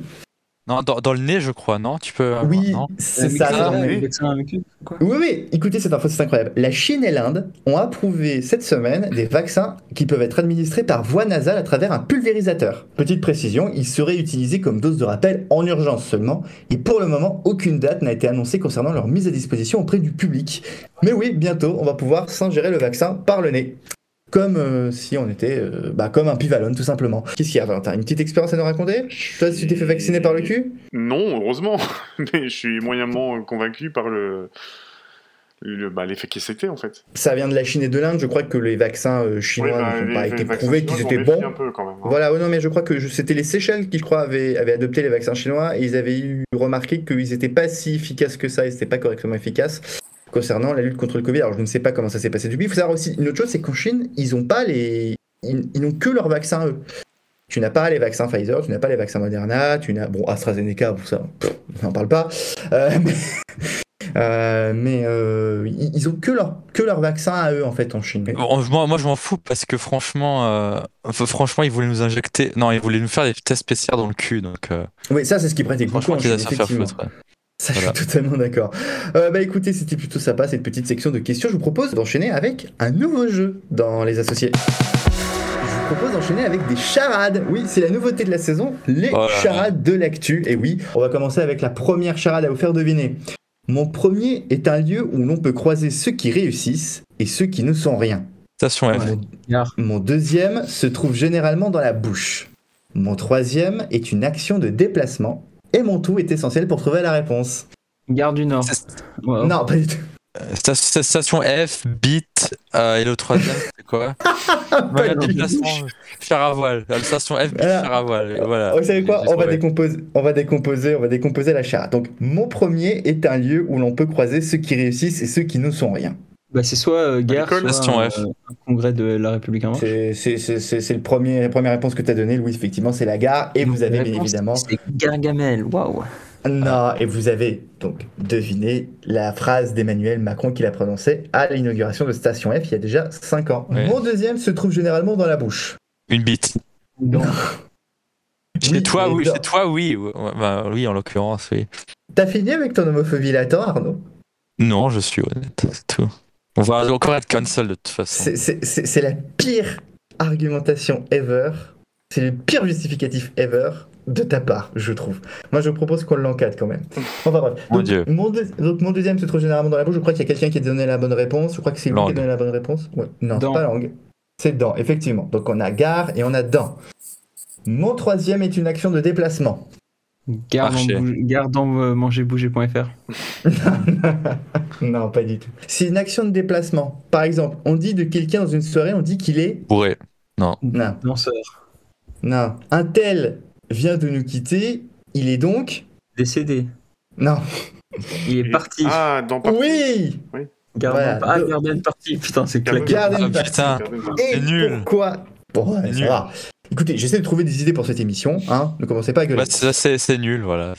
S3: non, dans, dans le nez, je crois, non Tu peux. avoir,
S1: Oui,
S3: non
S1: c'est ça.
S2: Mixer,
S1: non, mais-
S2: euh, mixer avec lui, quoi.
S1: Oui, oui, écoutez cette info, c'est incroyable. La Chine et l'Inde ont approuvé cette semaine des vaccins qui peuvent être administrés par voie nasale à travers un pulvérisateur. Petite précision, il serait utilisé comme dose de rappel en urgence seulement, et pour le moment, aucune date n'a été annoncée concernant leur mise à disposition auprès du public. Mais oui, bientôt, on va pouvoir s'ingérer le vaccin par le nez. Comme euh, si on était euh, bah, comme un pivalone, tout simplement. Qu'est-ce qu'il y a, Valentin Une petite expérience à nous raconter Toi, tu t'es fait vacciner par le cul
S4: Non, heureusement. *laughs* Mais je suis moyennement convaincu par le. le- bah, L'effet que c'était en fait.
S1: Ça vient de la Chine et de l'Inde. Je crois que les vaccins euh, chinois
S4: Oui,
S1: n'ont
S4: bah,
S1: pas
S4: les- les
S1: été
S4: vaccins
S1: prouvés
S4: chinois,
S1: qu'ils
S4: j'en
S1: étaient
S4: méfie
S1: bons.
S4: un peu quand même. hein.
S1: Voilà, ouais, non, mais je crois que je- c'était les Seychelles qui, je crois, avaient, avaient adopté les vaccins chinois et ils avaient eu remarqué qu'ils n'étaient pas si efficaces que ça et c'était pas correctement efficace concernant la lutte contre le Covid. Alors, je ne sais pas comment ça s'est passé du coup. Il faut savoir aussi une autre chose, c'est qu'en Chine, ils n'ont pas les, ils, ils n'ont que leurs vaccins eux. Tu n'as pas les vaccins Pfizer, tu n'as pas les vaccins Moderna, tu n'as bon AstraZeneca, pour ça, pff, on n'en parle pas. Euh, *laughs* mais euh, mais, euh, ils ils ont que leur que leur vaccin à eux en fait en Chine.
S3: Bon, Moi, moi, je m'en fous parce que franchement, euh, enfin, franchement, ils voulaient nous injecter. Non, ils voulaient nous faire des tests spéciaux dans le cul. Donc, euh,
S1: Oui, ça c'est ce qu'ils pratiquent beaucoup
S3: franchement,
S1: en
S3: qu'ils
S1: Chine,
S3: aient à se faire
S1: effectivement.
S3: foutre.
S1: Ça,
S3: Voilà.
S1: je suis totalement d'accord. Euh, bah écoutez, c'était plutôt sympa cette petite section de questions. Je vous propose d'enchaîner avec un nouveau jeu dans les associés. Je vous propose d'enchaîner avec des charades. Oui, c'est la nouveauté de la saison, les
S3: Oh là là.
S1: charades de l'actu. Et oui, on va commencer avec la première charade à vous faire deviner. Mon premier est un lieu où l'on peut croiser ceux qui réussissent et ceux qui ne sont rien.
S3: Station F.
S1: Mon- Mon deuxième se trouve généralement dans la bouche. Mon troisième est une action de déplacement. Et mon tout est essentiel pour trouver la réponse.
S2: Gare du Nord.
S3: C'est-
S2: Wow.
S1: Non, pas du tout.
S3: Euh, sta- sta- Station F, beat, euh, et le troisième, c'est
S1: *laughs*
S3: quoi
S2: Voilà, donc,
S3: Déplacement, fer à voile. La Station F, beat,
S1: Voilà.
S3: fer à voile. Voilà.
S1: Vous savez quoi
S3: Ah, J'ai- j'ai
S1: on va,
S3: trouvé.
S1: décomposer, on va décomposer, on va décomposer la charade. Donc, mon premier est un lieu où l'on peut croiser ceux qui réussissent et ceux qui ne sont rien.
S2: Bah, c'est soit euh, guerre,
S4: l'école,
S2: soit
S3: Station
S2: un,
S3: F.
S2: euh, un congrès de la République en
S3: Hein
S2: marche.
S1: C'est c'est- c'est- c'est- c'est le premier, la première réponse que tu as donnée, Louis. Effectivement, c'est la gare. Et vous avez bien
S2: Réponse,
S1: évidemment.
S2: C'est Gargamel, waouh.
S3: Ah.
S1: Non, et vous avez donc deviné la phrase d'Emmanuel Macron qu'il a prononcée à l'inauguration de Station F il y a déjà 5 ans.
S3: Ouais.
S1: Mon deuxième se trouve généralement dans la bouche.
S3: Une bite.
S2: Non.
S3: *laughs* Chez
S1: Oui,
S3: toi,
S1: mais
S3: oui,
S1: dans-
S3: chez toi, oui. Ouais, bah, oui, en l'occurrence, oui.
S1: T'as fini avec ton homophobie latent, Arnaud
S3: Non, je suis honnête, c'est tout. On va encore être cancel de toute façon.
S1: C'est- C'est c'est- c'est la pire argumentation ever. C'est le pire justificatif ever de ta part, je trouve. Moi, je propose qu'on l'encadre quand même. Enfin bref.
S3: Mon
S1: Donc,
S3: Dieu.
S1: Mon deux- donc, mon deuxième se trouve généralement dans la bouche. Je crois qu'il y a quelqu'un qui a donné la bonne réponse. Je crois que c'est lui qui a
S3: Langue.
S1: donné la bonne réponse. Ouais. Non, c'est
S2: Dent.
S1: pas langue. C'est dent, effectivement. Donc on a gare et on a dent. Mon troisième est une action de déplacement.
S2: Garde, en
S3: Marché.
S2: bouge- garde en euh, mangerbouger.fr.
S1: non, pas du tout. C'est une action de déplacement. Par exemple, on dit de quelqu'un dans une soirée, on dit qu'il est...
S3: Bourré.
S1: Non.
S2: Danseur.
S1: Non. Un tel vient de nous quitter. Il est donc.
S2: Décédé.
S1: Non.
S2: Il est
S4: Et-
S2: parti.
S4: Ah, dans parti.
S1: Oui
S2: Garde
S1: voilà.
S2: en- Ah, Garden Party. Putain, c'est
S4: Garden-
S2: claqué.
S1: Garden
S3: Ah,
S1: Party.
S3: putain.
S1: Et
S3: C'est nul.
S1: pourquoi Bon, ouais,
S3: C'est
S1: ça
S3: nul.
S1: va. Écoutez, j'essaie de trouver des idées pour cette émission. Hein. Ne commencez pas à gueuler.
S3: Bah, c'est c'est- c'est nul, voilà.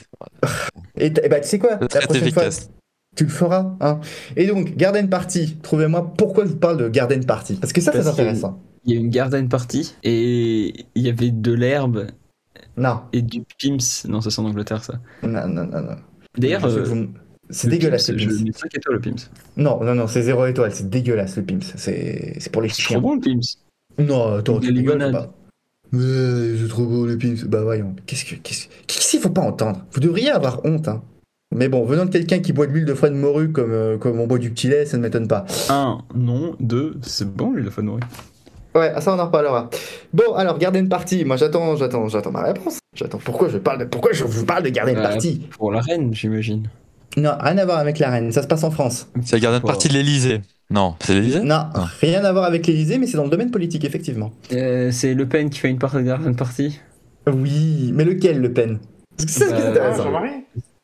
S1: Et, t- eh ben, tu sais quoi
S3: C'est
S1: La
S3: très
S1: prochaine fois,
S3: efficace.
S1: tu le feras. Hein. Et donc, Garden Party. Trouvez-moi pourquoi je vous parle de Garden Party. Parce que ça, hein. c'est
S2: Parce que-
S1: intéressant.
S2: Il y a une Garden Party et il y avait de l'herbe
S1: Non.
S2: et du Pimps. Non, ça c'est en Angleterre ça.
S1: Non, non, non, non.
S2: D'ailleurs,
S1: Je sais
S2: euh,
S1: que vous m- c'est
S2: le
S1: dégueulasse
S2: Pimps,
S1: le
S2: Je
S1: Pimps.
S2: mets 5 étoiles le Pimps.
S1: Non, non, non, c'est zéro étoile, c'est dégueulasse le Pimps. C'est c'est pour les
S2: C'est
S1: chiens.
S2: trop bon le Pimps.
S1: Non, euh, attends,
S2: Ou de
S1: tu
S2: la
S1: rigoles ou
S2: limonade.
S1: pas Ouais, c'est trop beau le Pimps. Bah voyons, qu'est-ce que, qu'est-ce, qu'est-ce qu'il faut pas entendre Vous devriez avoir honte, hein. Mais bon, venant de quelqu'un qui boit de l'huile de foie de morue comme, euh, comme on boit du petit lait, ça ne m'étonne pas.
S2: 1, non, 2, c'est bon lui, la fin de mourir.
S1: Ouais, à ça on en reparlera. Bon, alors Garden Party, moi j'attends, j'attends, j'attends ma réponse. J'attends. Pourquoi je parle de, pourquoi je vous parle de Garden
S2: Ouais.
S1: Party
S2: Pour la reine, j'imagine.
S1: Non, rien à voir avec la reine. Ça se passe en France.
S3: C'est la gardienne
S2: Wow.
S3: partie de l'Elysée. Non, c'est l'Elysée
S2: Hein?
S1: Non,
S3: Ah.
S1: rien à voir avec l'Élysée, mais c'est dans le domaine politique effectivement.
S2: Euh, c'est Le Pen qui fait une partie de Garden Party.
S1: Oui, mais lequel, Le Pen Parce que c'est ça qui est
S2: Bah,
S4: Ah,
S1: intéressant.
S4: Jean-Marie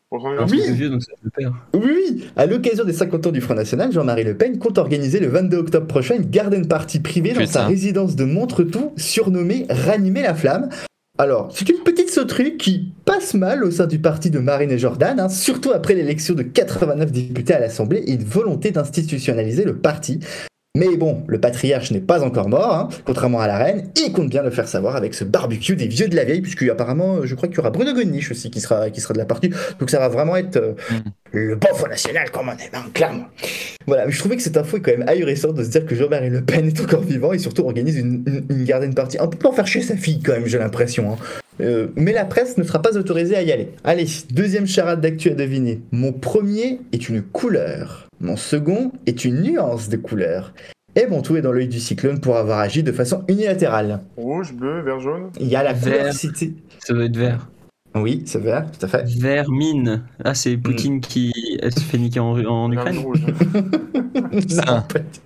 S4: Pour Jean-Marie
S2: Alors,
S1: Oui.
S2: c'est vieux, donc ça, je le perds.
S1: Oui, oui, à l'occasion des 50 ans du Front National, Jean-Marie Le Pen compte organiser le 22 octobre prochain une garden party privée dans
S3: Putain.
S1: sa résidence de Montretout, surnommée Ranimer la flamme. Alors, c'est une petite ce truc qui passe mal au sein du parti de Marine et Jordan, hein, surtout après l'élection de 89 députés à l'Assemblée et une volonté d'institutionnaliser le parti. Mais bon, le patriarche n'est pas encore mort, hein, contrairement à la reine, et il compte bien le faire savoir avec ce barbecue des vieux de la vieille, puisque apparemment, euh, je crois qu'il y aura Bruno Gollnisch aussi qui sera, qui sera de la partie. Donc ça va vraiment être euh, le bon Front National comme on aime, hein, clairement. Voilà, mais je trouvais que cette info est quand même ahurissante de se dire que Jean-Marie Le Pen est encore vivant et surtout organise une, une, une garden party. Un peu pour faire chier sa fille quand même, j'ai l'impression. hein. Euh, mais la presse ne sera pas autorisée à y aller. Allez, deuxième charade d'actu à deviner. Mon premier est une couleur. Mon second est une nuance de couleur. Et mon tout est dans l'œil du cyclone pour avoir agi de façon unilatérale.
S4: Rouge, bleu, vert, jaune.
S1: Il y a la
S2: Vert.
S1: complexité.
S2: Ça doit être vert.
S1: Oui, c'est vert, tout à fait.
S2: Vert mine. Ah, c'est Poutine
S1: Hmm.
S2: qui elle se fait niquer en,
S1: Ah,
S2: en
S4: Vert,
S2: Ukraine.
S4: rouge. hein.
S1: *laughs* Non, pas du-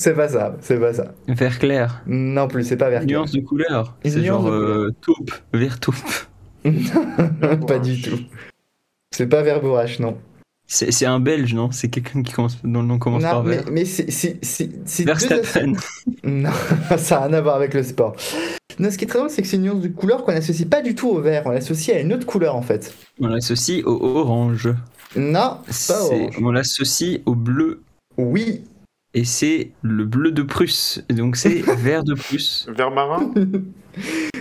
S1: c'est pas ça, c'est pas ça.
S2: Vert clair.
S1: Non plus, c'est pas vert.
S2: Nuance de couleur.
S1: Une
S2: C'est
S1: nuance
S2: genre
S1: de couleur.
S2: euh, taupe, vert taupe.
S1: *laughs* pas du tout. C'est pas vert bourrache, non.
S2: C'est c'est un belge, non C'est quelqu'un qui commence, dont le nom commence
S1: non,
S2: par
S1: mais,
S2: vert.
S1: mais c'est- c'est c'est- c'est deux
S2: Verstappen.
S1: *laughs* Non, ça a rien à voir avec le sport. Non, ce qui est très drôle, c'est que c'est une nuance de couleur qu'on n'associe pas du tout au vert, on l'associe à une autre couleur en fait.
S2: On l'associe au orange.
S1: Non, c'est pas
S2: C'est-
S1: orange.
S2: On l'associe au bleu.
S1: Oui, *laughs*
S2: Et c'est le bleu de Prusse. Et Donc c'est vert de Prusse.
S4: Vert marin.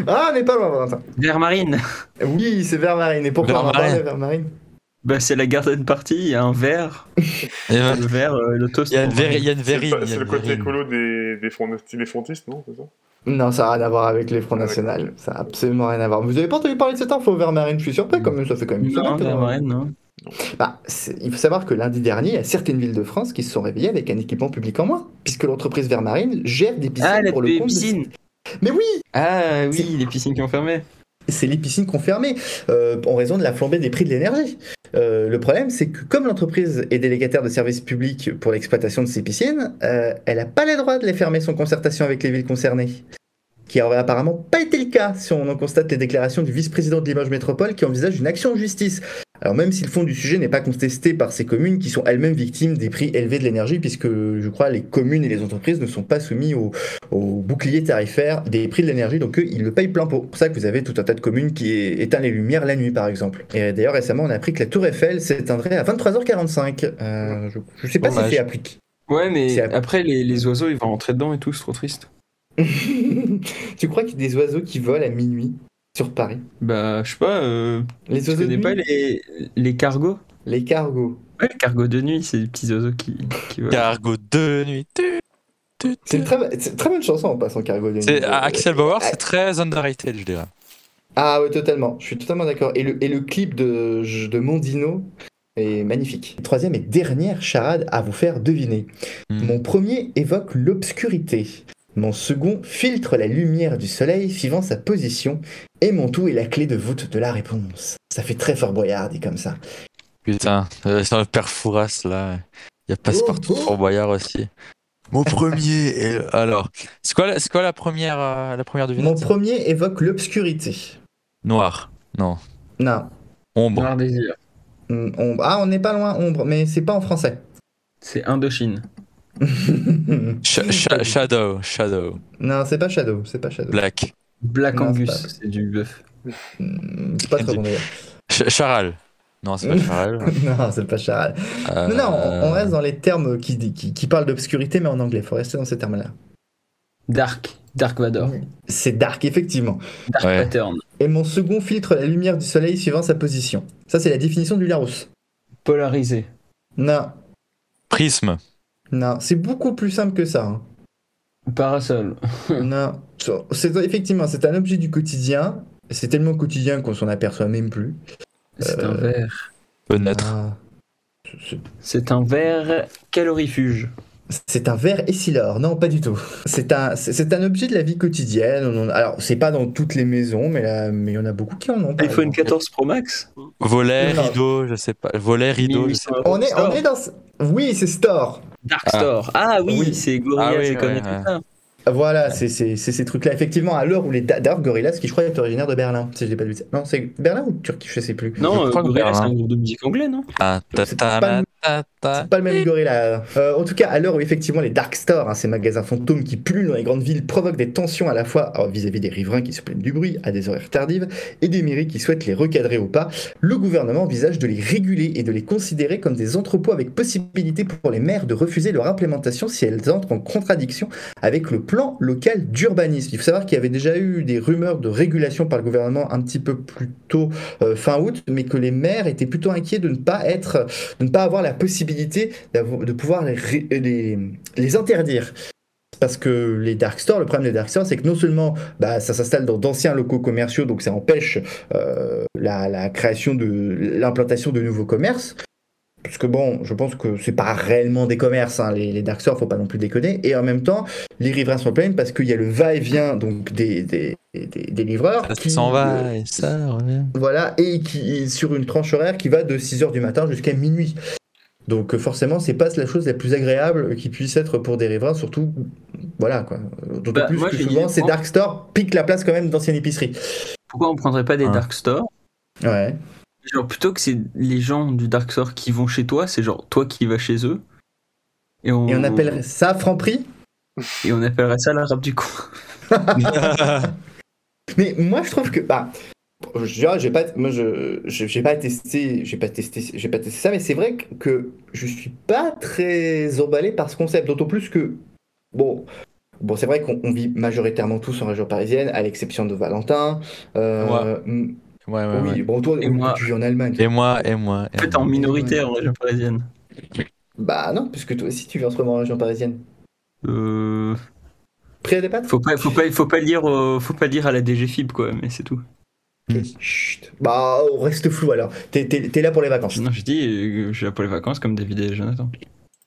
S1: ah, mais pas loin, Valentin.
S2: Vert marine.
S1: Oui, c'est vert marine. Et pourquoi
S3: Vert
S1: on en
S3: marine.
S1: parle vert marine
S2: Bah, c'est la garden party. Il y a un vert.
S3: Il y a
S2: Le vert, euh, le toast.
S3: il y a une
S2: pour-
S3: verri- il y a une
S4: C'est
S3: verrine.
S4: pas-
S3: il y a
S4: c'est le
S3: une
S4: côté
S3: verrine.
S4: écolo des, des, front- des frontistes, non c'est ça
S1: Non, ça a rien à voir avec les Fronts
S4: Ah,
S1: National.
S4: d'accord.
S1: Ça a absolument rien à voir. Vous avez pas entendu parler de cette info vert marine Je suis surpris quand même, ça fait quand même une hein. semaine
S2: Non,
S1: que-
S2: vert marine, non.
S1: Bah, c'est- il faut savoir que lundi dernier, il y a certaines villes de France qui se sont réveillées avec un équipement public en moins, puisque l'entreprise Vert Marine gère des piscines
S2: Ah, les
S1: pour le compte. de-
S2: piscines.
S1: Mais oui
S2: Ah oui,
S1: C'est-
S2: les piscines qui ont fermé.
S1: c'est les piscines qu'on fermait euh, en raison de la flambée des prix de l'énergie. Euh, le problème, c'est que comme l'entreprise est délégataire de services publics pour l'exploitation de ces piscines, euh, elle n'a pas les droits de les fermer sans concertation avec les villes concernées. Qui aurait apparemment pas été le cas si on en constate les déclarations du vice-président de Limoges Métropole qui envisage une action en justice. Alors même si le fond du sujet n'est pas contesté par ces communes qui sont elles-mêmes victimes des prix élevés de l'énergie, puisque je crois les communes et les entreprises ne sont pas soumis aux au bouclier tarifaire des prix de l'énergie, donc eux, ils le payent plein pot. C'est pour ça que vous avez tout un tas de communes qui é- éteignent les lumières la nuit, par exemple. Et d'ailleurs, récemment, on a appris que la Tour Eiffel s'éteindrait à 23h45. Euh, je, je sais pas si
S3: Dommage.
S1: c'est appliqué.
S2: Ouais, mais
S1: C'est à-
S2: après, les, les oiseaux, ils vont rentrer dedans et tout. C'est trop triste.
S1: *laughs* tu crois qu'il y a des oiseaux qui volent à minuit sur Paris
S2: Bah, je sais pas. Euh,
S1: Les
S2: tu
S1: oiseaux de
S2: connais
S1: nuit
S2: pas les, les cargos
S1: Les cargos.
S2: Ouais, les cargos de nuit, c'est des petits oiseaux qui, qui volent.
S3: Cargo de nuit. Tu, tu,
S1: C'est
S3: tu.
S1: une très, bo- c'est une très bonne chanson en passant cargo de nuit.
S3: C'est
S1: Euh,
S3: Axel Bauer, c'est très underrated, je dirais.
S1: Ah ouais, totalement. Je suis totalement d'accord. Et le, et le clip de, de Mondino est magnifique. Troisième et dernière charade à vous faire deviner.
S3: Hmm.
S1: Mon premier évoque l'obscurité. Mon second filtre la lumière du soleil suivant sa position. Et mon tout est la clé de voûte de la réponse. Ça fait très fort boyard dit comme ça.
S3: Putain, euh, sur le père Fouras, là, il y a Passepartout
S1: Oh, oh.
S3: Fort Boyard aussi. Mon premier est- Alors, c'est quoi, la- c'est quoi la première, euh, la première
S1: Mon
S3: devinette
S1: premier évoque l'obscurité.
S3: Noir. Non.
S1: Non.
S3: Ombre.
S2: désir.
S1: Hmm, ombre. Ah, on n'est pas loin, ombre, mais c'est pas en français. *laughs*
S2: C'est Indochine.
S3: Sha- sha- shadow. Shadow.
S1: non, c'est pas Shadow, c'est pas Shadow.
S3: Black.
S2: Black
S1: Non, c'est
S2: Angus,
S1: pas-
S2: c'est du bœuf.
S1: Hmm, C'est pas très bon d'ailleurs. *laughs*
S3: Ch- charal. Non, c'est pas Charal.
S1: non, c'est pas Charal.
S3: Euh,
S1: *laughs* Non, non, on, on reste dans les termes qui, qui, qui parlent d'obscurité, mais en anglais. Faut rester dans ces termes-là.
S2: Dark. Dark Vador.
S1: C'est dark, effectivement.
S2: Dark
S3: Ouais.
S2: Pattern.
S1: Et mon second filtre la lumière du soleil suivant sa position. Ça, c'est la définition du Larousse.
S2: Polarisé.
S1: Non,
S3: Euh, Prisme.
S1: non, c'est beaucoup plus simple que ça. hein.
S2: Parasol. Hum.
S1: non, c'est effectivement, c'est un objet du quotidien. C'est tellement quotidien qu'on s'en aperçoit même plus.
S2: C'est
S1: Euh,
S2: un verre.
S3: Fenêtre.
S1: Ah. C'est-
S2: C'est un verre calorifuge.
S1: C'est un verre essilor, non pas du tout. C'est un, c'est- c'est un objet de la vie quotidienne. On en- alors c'est pas dans toutes les maisons, mais là, mais il y en a beaucoup qui en ont. par
S2: iPhone
S1: exemple.
S2: 14 Pro Max
S3: Volet,
S1: Ah. Non.
S3: rideau, je sais pas. Volet, rideau, je sais pas.
S1: On est, on
S2: Store.
S1: est dans. ce- Oui, c'est store.
S2: Dark
S3: Ah.
S2: Store. Ah oui,
S1: Oui.
S2: c'est Gloria,
S3: Ah oui,
S2: c'est
S3: ouais,
S2: comme
S3: ouais.
S2: ça.
S1: Voilà, c'est c'est- c'est ces trucs-là. Effectivement, à l'heure où les. D'ailleurs, Gorillaz, qui je crois est originaire de Berlin, si je dis pas de bêtises. Non, c'est Berlin ou Turquie, je sais plus.
S2: Non, euh,
S3: crois que
S2: Gloria,
S3: Berlin.
S2: c'est un groupe de musique anglais, non
S3: Ah, ta-
S1: C'est
S3: ta-
S1: pas le-
S3: ta- ta, ta.
S1: C'est pas le même gorilla. Euh, en tout cas, à l'heure où effectivement les Dark Stores, hein, ces magasins fantômes qui pullulent dans les grandes villes, provoquent des tensions à la fois alors, vis-à-vis des riverains qui se plaignent du bruit à des horaires tardives et des mairies qui souhaitent les recadrer au pas, le gouvernement envisage de les réguler et de les considérer comme des entrepôts avec possibilité pour les maires de refuser leur implémentation si elles entrent en contradiction avec le plan local d'urbanisme. Il faut savoir qu'il y avait déjà eu des rumeurs de régulation par le gouvernement un petit peu plus tôt, euh, fin août, mais que les maires étaient plutôt inquiets de ne pas être de ne pas avoir la possibilité d'avo- de pouvoir les, ré- les, les interdire. Parce que les dark stores, le problème des dark stores, c'est que non seulement bah, ça s'installe dans d'anciens locaux commerciaux, donc ça empêche euh, la, la création de l'implantation de nouveaux commerces. Parce que bon, je pense que c'est pas réellement des commerces, hein, les, les dark stores, faut pas non plus déconner. Et en même temps, les riverains sont plaignent parce qu'il y a le va-et-vient donc des, des, des, des livreurs.
S3: Ça
S1: qui,
S3: s'en
S1: euh,
S3: va et ça
S1: *laughs*
S3: revient. *laughs*
S1: voilà, et qui sur une tranche horaire qui va de 6h du matin jusqu'à minuit. Donc euh, forcément, c'est pas la chose la plus agréable qui puisse être pour des riverains, surtout voilà quoi. D'autant
S2: Bah,
S1: plus
S2: moi,
S1: que
S2: j'ai une
S1: souvent
S2: idée
S1: ces
S2: propre.
S1: dark stores piquent la place quand même d'anciennes épiceries.
S2: Pourquoi on prendrait pas des
S3: Hein.
S2: Dark Store
S1: Ouais.
S2: Genre plutôt que c'est les gens du Dark Store qui vont chez toi, c'est genre toi qui vas chez eux. Et on,
S1: Et on appellerait ça Franprix
S2: et on appellerait ça l'arabe du coin.
S1: Mais moi, je trouve que bah, je dirais, j'ai pas, moi, je, je- j'ai pas testé, j'ai pas testé, j'ai pas testé ça, mais c'est vrai que- que je suis pas très emballé par ce concept, d'autant plus que bon. Bon, c'est vrai qu'on on vit majoritairement tous en région parisienne, à l'exception de Valentin. Euh,
S3: Moi.
S1: mm,
S3: Ouais, ouais,
S1: oui,
S3: ouais.
S1: bon, toi,
S2: Et moi.
S1: tu vis en Allemagne.
S3: Et moi, et moi. et
S2: En fait,
S3: moi.
S2: en minoritaire en région parisienne.
S1: Bah non, puisque toi aussi, tu vis en ce moment en région parisienne.
S2: Euh,
S1: Prêt à débattre
S2: faut pas, faut pas, faut pas lire, euh, faut pas lire à la DGFIB quoi, mais c'est tout.
S1: Ok, Chut. Bah, on reste flou alors. T'es- t'es t'es là pour les vacances.
S2: Sinon, je dis, euh, je vais pour les vacances comme David et Jonathan.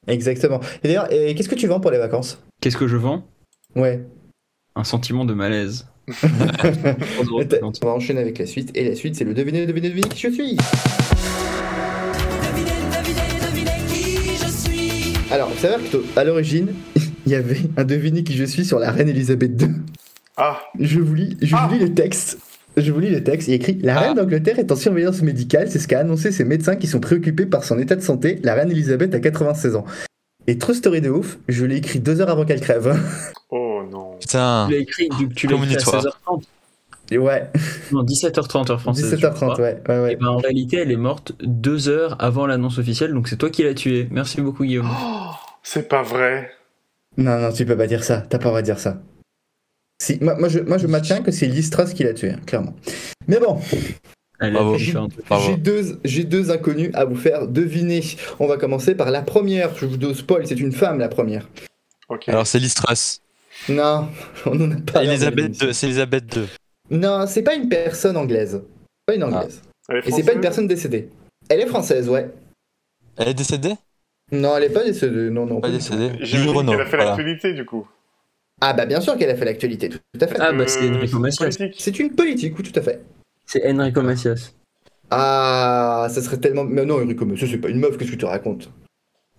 S1: Exactement. Et d'ailleurs, euh, qu'est-ce que tu vends pour les vacances
S2: Qu'est-ce que je vends
S1: Ouais.
S2: Un sentiment de
S3: *laughs*
S2: malaise.
S1: On va enchaîner avec la suite, et la suite c'est le devinez, devinez, devinez qui je suis
S7: Devinez, devinez, devinez qui je suis.
S1: Alors, vous savez qu'à l'origine, *laughs* il y avait un devinez qui je suis sur la reine Elisabeth II.
S4: Ah,
S1: Je vous lis, je
S4: Ah.
S1: vous lis le texte. Je vous lis le texte, il est écrit La
S3: Ah.
S1: reine d'Angleterre est en surveillance médicale, c'est ce qu'a annoncé ses médecins qui sont préoccupés par son état de santé. La reine Elisabeth a 96 ans. Et true story de ouf, je l'ai écrit deux heures avant qu'elle crève. *laughs*
S4: oh non.
S3: Putain.
S2: l'as écrit, du- tu l'as
S3: Ah. Comme
S2: écrit à
S3: une histoire.
S2: 16h30.
S1: Et ouais,
S2: Non, 17h30 heure française. je
S1: 17h30,
S2: crois.
S1: ouais. ouais, ouais.
S2: Eh ben, en réalité, elle est morte deux heures avant l'annonce officielle, donc c'est toi qui l'as tuée. Merci beaucoup, Guillaume.
S4: C'est pas vrai.
S1: Non, non, tu peux pas dire ça, t'as pas le droit de dire ça. Si, moi, moi, je, moi je maintiens que c'est Listras qui l'a tué, hein, clairement. Mais bon,
S2: Elle
S3: Bravo.
S2: a fait un truc.
S3: Bravo.
S1: J'ai deux, j'ai deux inconnus à vous faire deviner. On va commencer par la première. Je vous donne spoil, c'est une femme la première.
S4: Ok.
S3: Alors, c'est Listras.
S1: Non, *laughs* on n'en a pas.
S3: Elisabeth II. C'est Elisabeth II.
S1: Non, c'est pas une personne anglaise. Pas
S3: Ah.
S1: une anglaise.
S4: Elle est
S1: Et c'est pas une
S4: française
S1: personne décédée. Elle est française, ouais.
S3: Elle est décédée
S1: Non, elle est pas décédée. Non, non.
S3: Pas décédée. Lily
S4: J'imagine
S3: Renault.
S4: qu'elle a fait
S3: voilà.
S4: l'actualité du coup.
S1: Ah bah bien sûr qu'elle a fait l'actualité, tout à fait.
S2: Ah bah c'est
S4: Euh,
S2: Enrico Macias.
S4: politique.
S1: C'est une politique, oui, tout à fait.
S2: C'est Enrico Macias.
S1: Ah, ça serait tellement. Mais non, Enrico, mais ça, c'est pas une meuf, qu'est-ce que tu racontes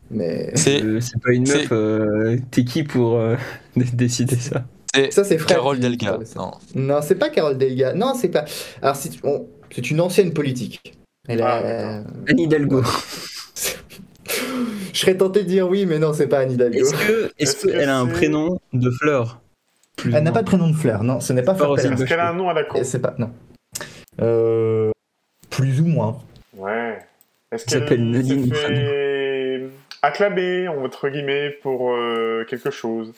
S1: Mais.
S3: C'est
S2: Euh, c'est pas une
S3: c'est-
S2: meuf. euh, T'es qui pour euh, *laughs* dé- décider ça
S1: Ça, c'est frère.
S3: Carole
S1: qui-
S3: Delga.
S1: qui-
S3: Non.
S1: Non, c'est pas Carole Delga. Non, c'est pas. Alors, c'est on- c'est une ancienne politique. Elle a-
S4: Ah, d'accord.
S2: Anne Hidalgo.
S1: Je serais tenté de dire oui, mais non, c'est pas Anne Hidalgo.
S2: Est-ce que, est-ce
S4: Est-ce que
S2: qu'elle a un
S4: c'est-
S2: prénom de fleur Plus
S1: Elle n'a
S2: ou moins.
S1: pas de prénom de fleur. Non, ce n'est pas
S2: Pas
S1: Fleur Pellerin.
S2: Roselyne
S4: Est-ce qu'elle a un nom à la con
S1: Et C'est pas. Non. Euh, Plus ou moins.
S4: Ouais. Est-ce
S2: Elle s'appelle
S4: qu'elle s'est
S2: Nadine
S4: fait acclamée, entre guillemets, pour euh, quelque chose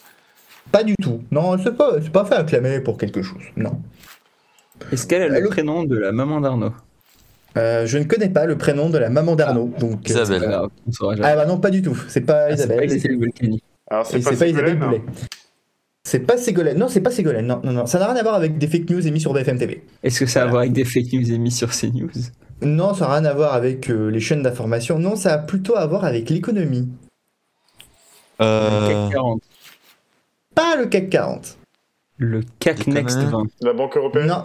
S1: Pas du tout. Non, c'est pas, c'est pas fait acclamer pour quelque chose. Non.
S2: Est-ce qu'elle a le
S1: Allô
S2: prénom de la maman d'Arnaud
S1: Euh, je ne connais pas le prénom de la maman d'Arnaud. donc, euh,
S3: Isabelle.
S1: c'est pas-
S2: Alors, on saura jamais.
S1: Ah bah non, pas du tout. C'est pas
S2: Ah, c'est pas
S1: Isabelle. et
S2: Isabelle Volcani.
S4: Alors
S1: C'est pas, Isabelle
S4: Ségolène,
S1: Boulet.
S4: hein.
S1: C'est pas Ségolène. Non, c'est pas Ségolène. Non, non, non. Ça n'a rien à voir avec des fake news émis sur BFM TV.
S2: Est-ce que ça a à voir avec des fake news émises sur CNews
S1: Non, ça n'a rien à voir avec euh, les chaînes d'information. Non, ça a plutôt à voir avec l'économie.
S2: Le
S3: Euh,
S2: CAC 40.
S1: Pas le CAC 40.
S2: Le CAC
S3: Étonnant.
S2: Next 20.
S4: hein. La Banque Européenne
S1: Non.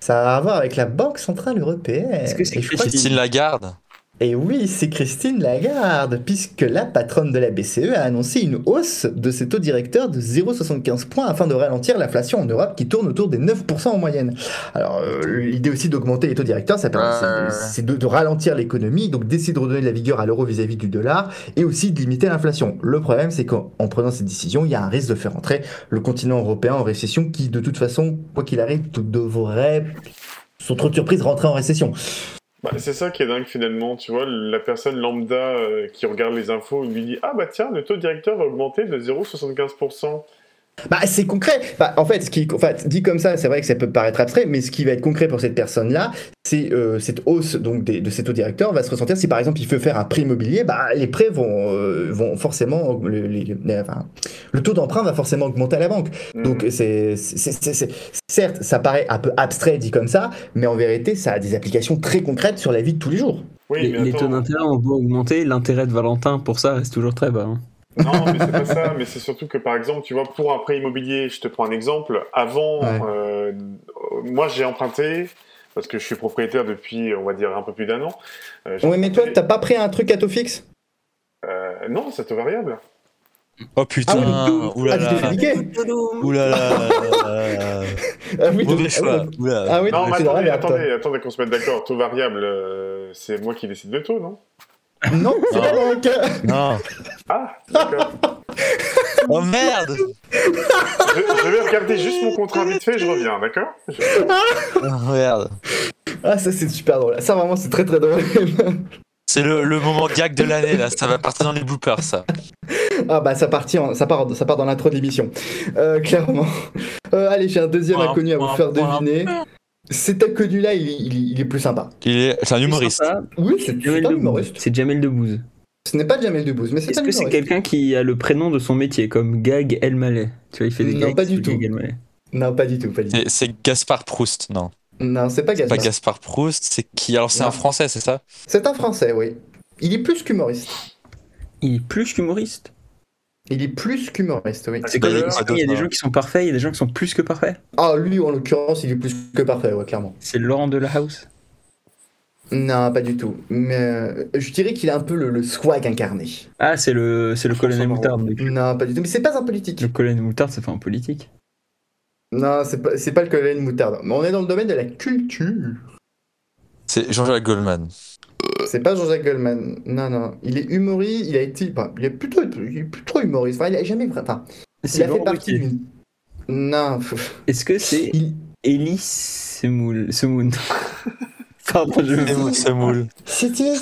S1: Ça a à voir avec la Banque Centrale Européenne.
S2: Est-ce que c'est
S1: Et je crois
S2: Christine
S1: que-
S3: Christine Lagarde.
S1: Et oui, c'est Christine Lagarde, puisque la patronne de la BCE a annoncé une hausse de ses taux directeurs de 0,75 points afin de ralentir l'inflation en Europe qui tourne autour des 9% en moyenne. Alors, euh, l'idée aussi d'augmenter les taux directeurs, ça permet,
S8: Ouais.
S1: c'est- c'est de, de ralentir l'économie, donc d'essayer de redonner de la vigueur à l'euro vis-à-vis du dollar et aussi de limiter l'inflation. Le problème, c'est qu'en en prenant cette décision, il y a un risque de faire entrer le continent européen en récession qui, de toute façon, quoi qu'il arrive, tout devrait, sans trop de surprise, rentrer en récession.
S4: Bah, c'est ça qui est dingue finalement, tu vois, la personne lambda euh, qui regarde les infos lui dit Ah bah tiens, le taux directeur va augmenter de 0,75%.
S1: Bah, c'est concret. Bah, en fait, ce qui, en fait, dit comme ça, c'est vrai que ça peut paraître abstrait, mais ce qui va être concret pour cette personne-là, c'est euh, cette hausse donc des- de ses taux directeurs va se ressentir si par exemple il veut faire un prêt immobilier, bah les prêts vont euh, vont forcément aug- le, les- les- enfin, le taux d'emprunt va forcément augmenter à la banque.
S4: Hmm.
S1: Donc c'est c'est- c'est- c'est- certes, ça paraît un peu abstrait dit comme ça, mais en vérité, ça a des applications très concrètes sur la vie de tous les jours.
S4: oui,
S2: les,
S4: mais
S2: les taux
S4: attends.
S2: d'intérêt ont beau augmenter, l'intérêt de Valentin pour ça reste toujours très bas. hein.
S4: Non, mais c'est pas ça, mais c'est surtout que par exemple, tu vois, pour un prêt immobilier, je te prends un exemple, avant,
S1: Ouais.
S4: euh, moi j'ai emprunté, parce que je suis propriétaire depuis, on va dire, un peu plus d'un an. euh, j'ai
S1: Oui, mais toi,
S4: emprunté-
S1: t'as pas pris un truc à taux fixe
S4: Euh, non, c'est taux variable.
S3: Oh putain,
S1: Ah
S2: oui,
S1: Ah, tu t'es
S3: oulala,
S1: niqué
S3: oulala,
S1: *laughs* Ah oui,
S3: mauvais
S1: donc-
S3: choix.
S1: Ah
S3: oulala.
S1: oui,
S4: non,
S1: donc
S4: mais
S1: c'est dans la
S4: attendez,
S1: merde, toi.
S4: attendez, attendez qu'on se mette d'accord. Taux variable, euh, c'est moi qui décide le taux, non
S1: Non, c'est
S3: Non.
S1: pas dans le cas.
S3: Non.
S4: Ah,
S1: *laughs*
S4: d'accord.
S3: Oh merde
S4: je, je vais regarder juste mon contrat vite fait, je reviens, d'accord
S3: Oh merde.
S1: Ah, ça c'est super drôle. Ça vraiment c'est très très drôle. *laughs*
S3: C'est le, le moment gag de l'année là, ça va partir dans les bloopers ça.
S1: ah bah ça, partit en- ça, part, ça part dans l'intro de l'émission. Euh, clairement. Euh, allez, j'ai un deuxième
S3: Point,
S1: inconnu à vous
S3: point,
S1: faire
S3: point.
S1: deviner. Cet inconnu là, il, il- il est plus sympa.
S3: Il est, c'est un humoriste.
S2: Ça,
S1: Oui, c'est
S2: C'est
S1: c'est
S2: Jamel
S1: un
S2: Debbouze.
S1: humoriste.
S2: C'est Jamel Debbouze.
S1: Ce n'est pas Jamel Debbouze, mais c'est
S2: Est-ce
S1: un
S2: que c'est
S1: humoriste.
S2: quelqu'un qui a le prénom de son métier, comme Gag Elmaleh Tu vois, il fait des
S1: Non,
S2: gags
S1: pas du
S2: sur
S1: tout.
S2: Gag Elmaleh.
S1: Non, pas du tout, pas du tout.
S3: C'est, c'est Gaspard Proust, non.
S1: Non, c'est pas
S3: Pas
S1: Gaspard.
S3: Gaspard Proust, c'est qui Alors c'est
S1: Non.
S3: un français, c'est ça
S1: C'est un français, oui. Il est plus qu'humoriste.
S2: Il est plus qu'humoriste.
S1: Il est plus qu'humoriste, oui.
S2: C'est
S3: quoi
S2: comme
S3: le-
S2: les
S3: quoi
S2: métiers, il y a des
S3: d'autre,
S2: gens qui sont parfaits, il y a des gens qui sont plus que parfaits.
S1: Ah, lui en l'occurrence, il est plus que parfait, ouais, clairement.
S2: C'est Laurent Delahouse.
S1: Non, pas du tout. Mais euh, je dirais qu'il a un peu le, le swag incarné.
S2: Ah, c'est le, c'est le
S4: François
S2: colonel
S4: Marois.
S2: Moutarde.
S1: Non, pas du tout. Mais c'est pas un politique.
S2: Le colonel Moutarde, ça fait un politique.
S1: Non, c'est pas, c'est pas le colonel Moutarde. Mais on est dans le domaine de la culture.
S3: C'est Jean-Jacques Goldman.
S1: C'est pas Jean-Jacques Goldman. Non, non. Il est humoriste. Il a été. enfin, il est plutôt, il est plutôt humoriste. Enfin, il a jamais. vra- Enfin, il
S2: C'est
S1: a fait
S2: Laurent
S1: partie
S2: Ruquier.
S1: d'une. Non. pff,
S2: Est-ce que c'est
S1: Il...
S2: Elie Semoun Semoun *laughs* Pardon, je
S3: C'est
S2: me
S3: moule.
S2: *laughs*
S1: C'était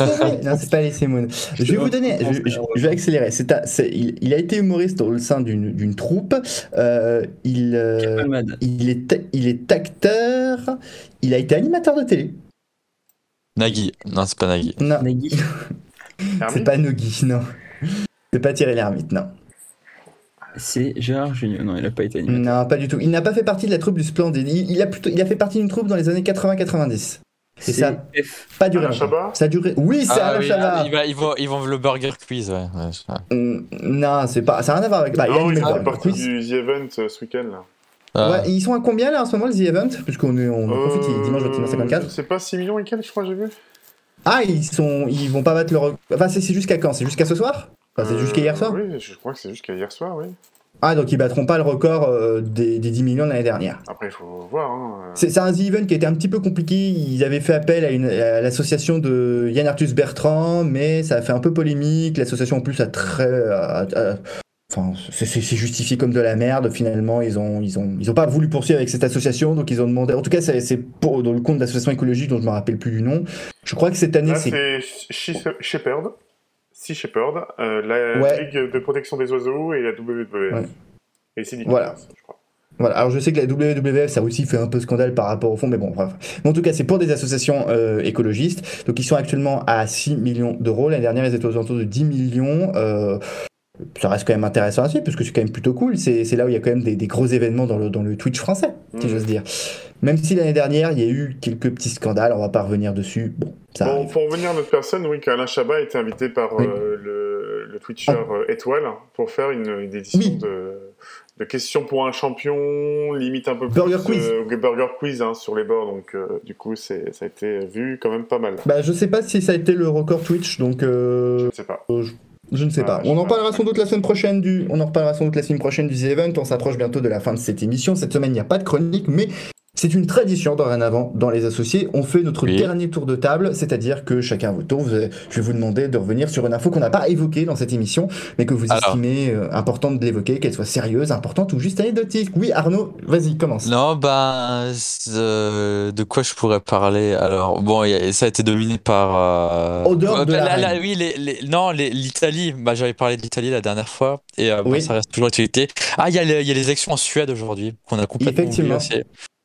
S1: Non, c'est pas les Semoun. Je vais vous donner. Je, je- je vais accélérer. C'est un- c'est- il, il a été humoriste au sein d'une d'une troupe. Euh, il, euh,
S2: Palmade.
S1: il, est, il est acteur. Il a été animateur de télé.
S3: Nagui. Non, c'est pas Nagui.
S1: Non.
S2: Nagui.
S1: C'est
S4: Hermine
S1: pas Nogui, non. C'est pas Thierry Lhermitte, non.
S2: C'est Gérard Junior. Non, il a pas été animé.
S1: Non, pas du tout. Il n'a pas fait partie de la troupe du Splendid. Il, il a plutôt, il a fait partie d'une troupe dans les années 80-90. C'est ça.
S2: F.
S1: Pas duré.
S4: Alain
S1: longtemps.
S4: Chabat
S1: Ça a duré. Oui, c'est
S3: Ah
S1: Alain
S3: oui,
S1: Chabat.
S3: ils, va- ils vont, ils vont le burger quiz, ouais. ouais, je-
S1: Mm, Non, c'est pas. Ça n'a rien à voir avec. Bah, il a
S4: Non,
S1: animé
S4: il
S1: le
S4: fait
S1: Burger
S4: partie
S1: Quiz.
S4: du The Event euh, ce week-end là.
S3: Ah.
S1: Ouais, ils sont à combien là en ce moment, le The Event Puisqu'on est on
S4: Euh,
S1: profite, il est dimanche 21h54.
S4: C'est pas 6 millions et quelques, je crois, j'ai vu.
S1: Ah, ils sont, ils vont pas battre le. rec- Enfin, c'est c'est jusqu'à quand C'est jusqu'à ce soir Enfin, c'est
S4: Euh,
S1: jusqu'à hier soir
S4: Oui, je crois que c'est jusqu'à hier soir, oui.
S1: Ah, donc ils battront pas le record euh, des, des 10 millions de l'année dernière.
S4: Après, il faut voir. Hein.
S1: C'est c'est un The Event qui était un petit peu compliqué. Ils avaient fait appel à, une- à l'association de Yann Arthus Bertrand, mais ça a fait un peu polémique. L'association en plus a très. a- a- Enfin, c'est c'est- c'est justifié comme de la merde. Finalement, ils ont, ils ont, ils ont pas voulu poursuivre avec cette association, donc ils ont demandé. En tout cas, c'est c'est pour dans le compte de l'association écologique dont je me rappelle plus du nom. Je crois que cette année,
S4: Là,
S1: c'est
S4: Ah, c'est She- Shepherd. Sea Shepherd, euh, la
S1: Ouais.
S4: Ligue de protection des oiseaux et la WWF.
S1: Ouais.
S4: Et c'est
S1: Voilà.
S4: je crois.
S1: Voilà, alors je sais que la WWF, ça aussi fait un peu scandale par rapport au fond, mais bon, bref. Mais en tout cas, c'est pour des associations euh, écologistes. Donc, ils sont actuellement à 6 millions d'euros. L'année dernière, ils étaient aux alentours de 10 millions. Euh, ça reste quand même intéressant à suivre, parce que c'est quand même plutôt cool. C'est c'est là où il y a quand même des, des gros événements dans le, dans le Twitch français, si
S4: Mhm.
S1: j'ose dire. Même si l'année dernière, il y a eu quelques petits scandales, on va pas revenir dessus. Bon, ça
S4: Bon,
S1: arrive.
S4: pour revenir à notre personne, oui, qu'Alain Chabat a été invité par
S1: Oui. Ah.
S4: euh, le, le Twitcher euh, Étoile pour faire une, une édition
S1: Oui.
S4: de, de questions pour un champion, limite un peu plus
S1: Burger quiz.
S4: euh, Burger quiz hein, sur les bords. Donc, euh, du coup, c'est- ça a été vu quand même pas mal.
S1: Bah, je sais pas si ça a été le record Twitch, donc
S4: Je
S1: euh,
S4: ne sais pas.
S1: euh, je, je ne sais
S4: Ouais,
S1: pas.
S4: je sais
S1: On en
S4: pas.
S1: parlera sans doute la semaine prochaine du, on en reparlera sans doute la semaine prochaine du The Event. On s'approche bientôt de la fin de cette émission. Cette semaine, il n'y a pas de chronique, mais c'est une tradition dorénavant dans les associés. On fait notre
S3: Oui.
S1: dernier tour de table, c'est-à-dire que chacun à votre tour, vous- je vais vous demander de revenir sur une info qu'on n'a pas évoquée dans cette émission, mais que vous
S3: Alors.
S1: estimez euh, importante de l'évoquer, qu'elle soit sérieuse, importante ou juste anecdotique. Oui, Arnaud, vas-y, commence.
S3: Non, ben, c'est, euh, de quoi je pourrais parler? Alors, bon, il y a- ça a été dominé par. euh,
S1: Au dehors
S3: euh,
S1: de
S3: bah,
S1: la
S3: là, là,
S1: reine.
S3: oui, les, les- non, les- l'Italie. Bah, j'avais parlé de l'Italie la dernière fois et euh, bon,
S1: Oui.
S3: ça reste toujours d'actualité. Ah, il y a les, il y a les élections en Suède aujourd'hui qu'on a complètement oublié
S1: Effectivement.
S3: aussi.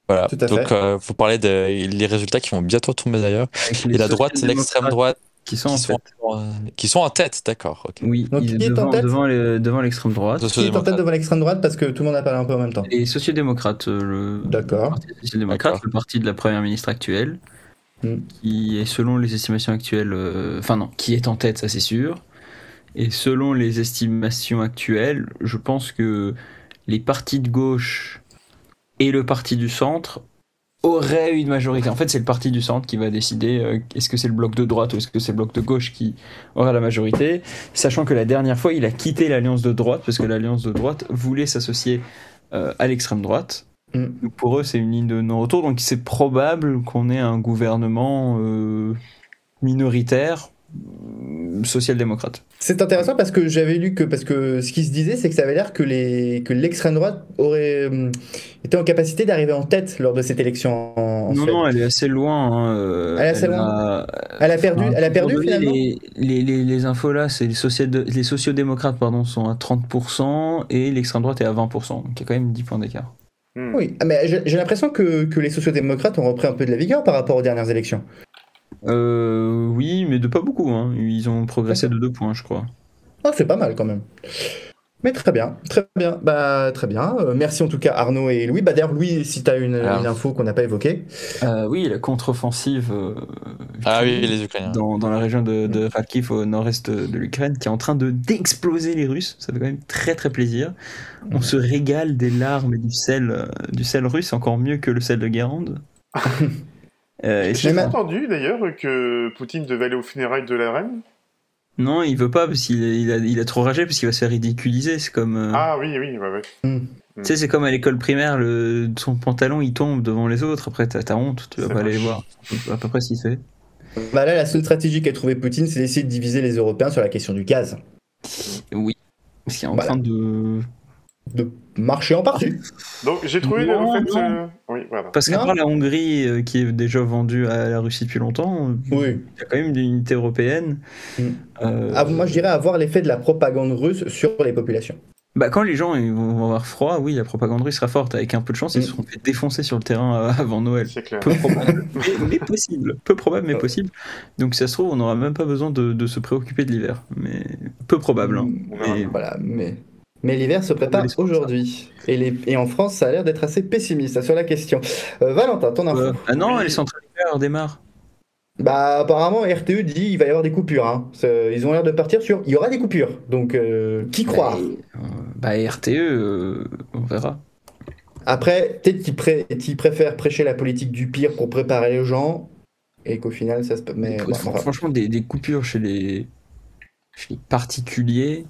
S3: Voilà.
S1: Tout à
S3: Donc,
S1: fait.
S3: euh, faut parler des résultats qui vont bientôt tomber d'ailleurs.
S2: Avec
S3: Et
S2: les
S3: la droite, l'extrême
S2: social-démocrates
S3: droite,
S2: Qui sont
S3: qui
S2: en
S3: sont,
S2: fait.
S3: en, qui sont en tête, d'accord. ok.
S2: Oui,
S1: Donc,
S2: ils-
S1: qui est en
S2: devant,
S1: tête
S2: devant les- devant l'extrême droite.
S1: Qui est en tête
S3: Sociodémocrate.
S1: devant l'extrême droite parce que tout le monde a parlé un peu en même temps.
S2: Les sociodémocrates, euh, le
S1: D'accord.
S2: parti des sociodémocrates,
S3: D'accord.
S2: le parti de la première ministre actuelle,
S1: Hmm.
S2: qui est selon les estimations actuelles, euh, enfin non, qui est en tête, ça c'est sûr. Et selon les estimations actuelles, je pense que les partis de gauche et le parti du centre auraient une majorité. En fait, c'est le parti du centre qui va décider euh, est-ce que c'est le bloc de droite ou est-ce que c'est le bloc de gauche qui aura la majorité sachant que la dernière fois, il a quitté l'alliance de droite parce que l'alliance de droite voulait s'associer euh, à l'extrême droite.
S1: Mm.
S2: Donc pour eux, c'est une ligne de non-retour, donc c'est probable qu'on ait un gouvernement euh, minoritaire euh, social-démocrate.
S1: C'est intéressant parce que j'avais lu que parce que ce qui se disait c'est que ça avait l'air que les que l'extrême droite aurait euh, été en capacité d'arriver en tête lors de cette élection en, en
S2: Non,
S1: Suède.
S2: non, elle est assez loin. hein, euh,
S1: Elle est assez loin.
S2: a-
S1: Elle a perdu,
S2: Enfin,
S1: elle a
S2: pour
S1: perdu
S2: donner
S1: finalement.
S2: Les, les, les- les infos là, c'est les, sociéd- les sociodémocrates pardon, sont à 30% et l'extrême droite est à 20%, donc il y a quand même 10 points d'écart.
S4: Hmm.
S1: Oui, Ah, mais j'ai j'ai l'impression que, que les sociodémocrates ont repris un peu de la vigueur par rapport aux dernières élections.
S2: Euh, oui, mais de pas beaucoup. Hein. Ils ont progressé de deux points, je crois.
S1: Ah, c'est pas mal quand même. Mais très bien, très bien, bah très bien. Euh, merci en tout cas Arnaud et Louis. Bah d'ailleurs Louis, si t'as une,
S3: Alors.
S1: une info qu'on n'a pas évoquée.
S2: Euh, oui, la contre-offensive euh,
S3: Ah oui,
S2: ukrainienne
S3: les Ukrainiens.
S2: dans, dans la région de, de Kharkiv, au nord-est de l'Ukraine, qui est en train de d'exploser les Russes. Ça fait quand même très très plaisir. On se régale des larmes et du sel, euh, du sel russe, encore mieux que le sel de Guérande. Euh, et
S4: J'ai
S2: c'est-
S1: ma-
S4: entendu d'ailleurs que Poutine devait aller aux funérailles de la reine.
S2: Non, il veut pas parce qu'il est- il a, il a trop ragé parce qu'il va se faire ridiculiser. C'est comme euh,
S4: Ah oui, oui, ouais, ouais.
S2: tu sais, c'est comme à l'école primaire, le, son pantalon il tombe devant les autres. Après, t'as t'as honte, tu vas
S4: C'est
S2: pas aller
S4: moche.
S2: les voir. À peu près ce qu'il fait.
S1: Bah là la seule stratégie qu'a trouvée Poutine, c'est d'essayer de diviser les Européens sur la question du gaz.
S2: Oui. Parce qu'il est en
S1: Voilà.
S2: train de.
S1: De marcher en partie.
S4: Donc j'ai trouvé le
S2: Non,
S4: en fait.
S2: non.
S4: euh, Oui, voilà.
S2: Parce
S1: Non.
S2: qu'après la Hongrie, euh, qui est déjà vendue à la Russie depuis longtemps, euh,
S1: Oui.
S2: il y a quand même une unité européenne.
S1: Mm.
S2: Euh,
S1: Ah, moi, je dirais avoir l'effet de la propagande russe sur les populations.
S2: bah, quand les gens ils vont avoir froid, oui, la propagande russe sera forte. Avec un peu de chance, ils
S1: Mm.
S2: se seront fait défoncer sur le terrain euh, avant Noël.
S4: C'est clair.
S2: Peu
S1: *laughs*
S2: probable, mais, mais possible. Peu probable, mais
S1: Ouais.
S2: possible. Donc, si ça se trouve, on n'aura même pas besoin de, de se préoccuper de l'hiver. Mais peu probable.
S1: Mm.
S2: hein.
S4: On verra.
S2: Mais-
S1: Voilà, mais. Mais l'hiver se prépare
S2: On laisse
S1: aujourd'hui. Et, les... et en France, ça a l'air d'être assez pessimiste hein, sur la question. Euh, Valentin, ton info.
S2: Euh, ah non,
S4: Oui.
S2: les centrales nucléaires démarrent.
S1: Bah, apparemment, RTE dit il va y avoir des coupures. hein. C'est- Ils ont l'air de partir sur il y aura des coupures. Donc, euh, qui croire
S2: Euh, Bah, RTE, euh, on verra.
S1: Après, peut-être qu'ils pré- qu'ils préfèrent prêcher la politique du pire pour préparer les gens. Et qu'au final, ça se peut. Mais bah,
S2: Fr-
S1: bon,
S2: fr-
S1: enfin,
S2: franchement, des, des coupures chez les, chez les particuliers,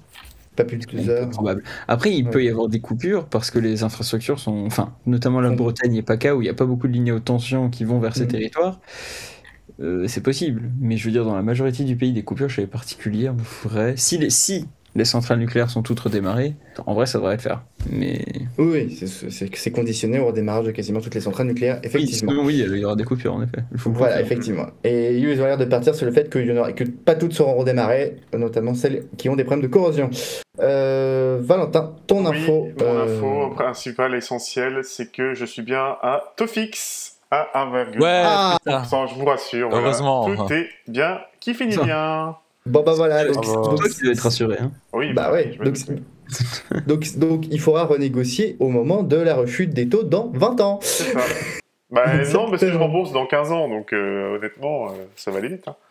S1: pas plus de
S2: c'est
S1: deux heures.
S2: probable. Après, il
S1: Ouais.
S2: peut y avoir des coupures parce que les infrastructures sont, enfin, notamment la
S1: Ouais.
S2: Bretagne et PACA où il n'y a pas beaucoup de lignes haute tension qui vont vers ces
S1: Mhm.
S2: territoires. Euh, c'est possible, mais je veux dire, dans la majorité du pays, des coupures chez les particuliers, on ferait. Si les, si les centrales nucléaires sont toutes redémarrées, en vrai, ça devrait le faire. Mais
S1: Oui, oui, c'est- c'est c'est conditionné au redémarrage de quasiment toutes les centrales nucléaires,
S2: oui,
S1: effectivement.
S2: sinon, oui, il y aura des coupures en effet. Il faut le
S1: Voilà,
S2: faire.
S1: effectivement. Et ils ont l'air de partir sur le fait qu'il y en aura- que pas toutes seront redémarrées, notamment celles qui ont des problèmes de corrosion. Euh, Valentin, ton
S4: Oui,
S1: info.
S4: Mon
S1: euh,
S4: info principale essentielle, c'est que je suis bien à Tofix à 1,1%.
S3: Ouais,
S1: Ah.
S3: putain.
S4: je vous rassure. voilà.
S3: Heureusement.
S4: Tout est bien, qui finit
S2: Ça.
S4: bien.
S1: Bon, bah voilà.
S2: C'est
S1: donc-
S3: bravo.
S2: Ah toi
S1: donc-
S2: qui dois être rassuré. hein.
S4: Oui,
S1: Bah ouais.
S4: je me
S1: Donc, *laughs*
S4: doute.
S1: donc, donc, il faudra renégocier au moment de la rechute des taux dans 20 ans.
S4: c'est ça. Bah non, parce que je
S1: Exactement.
S4: rembourse dans 15 ans, donc euh, honnêtement, euh, ça va aller vite. hein. *laughs*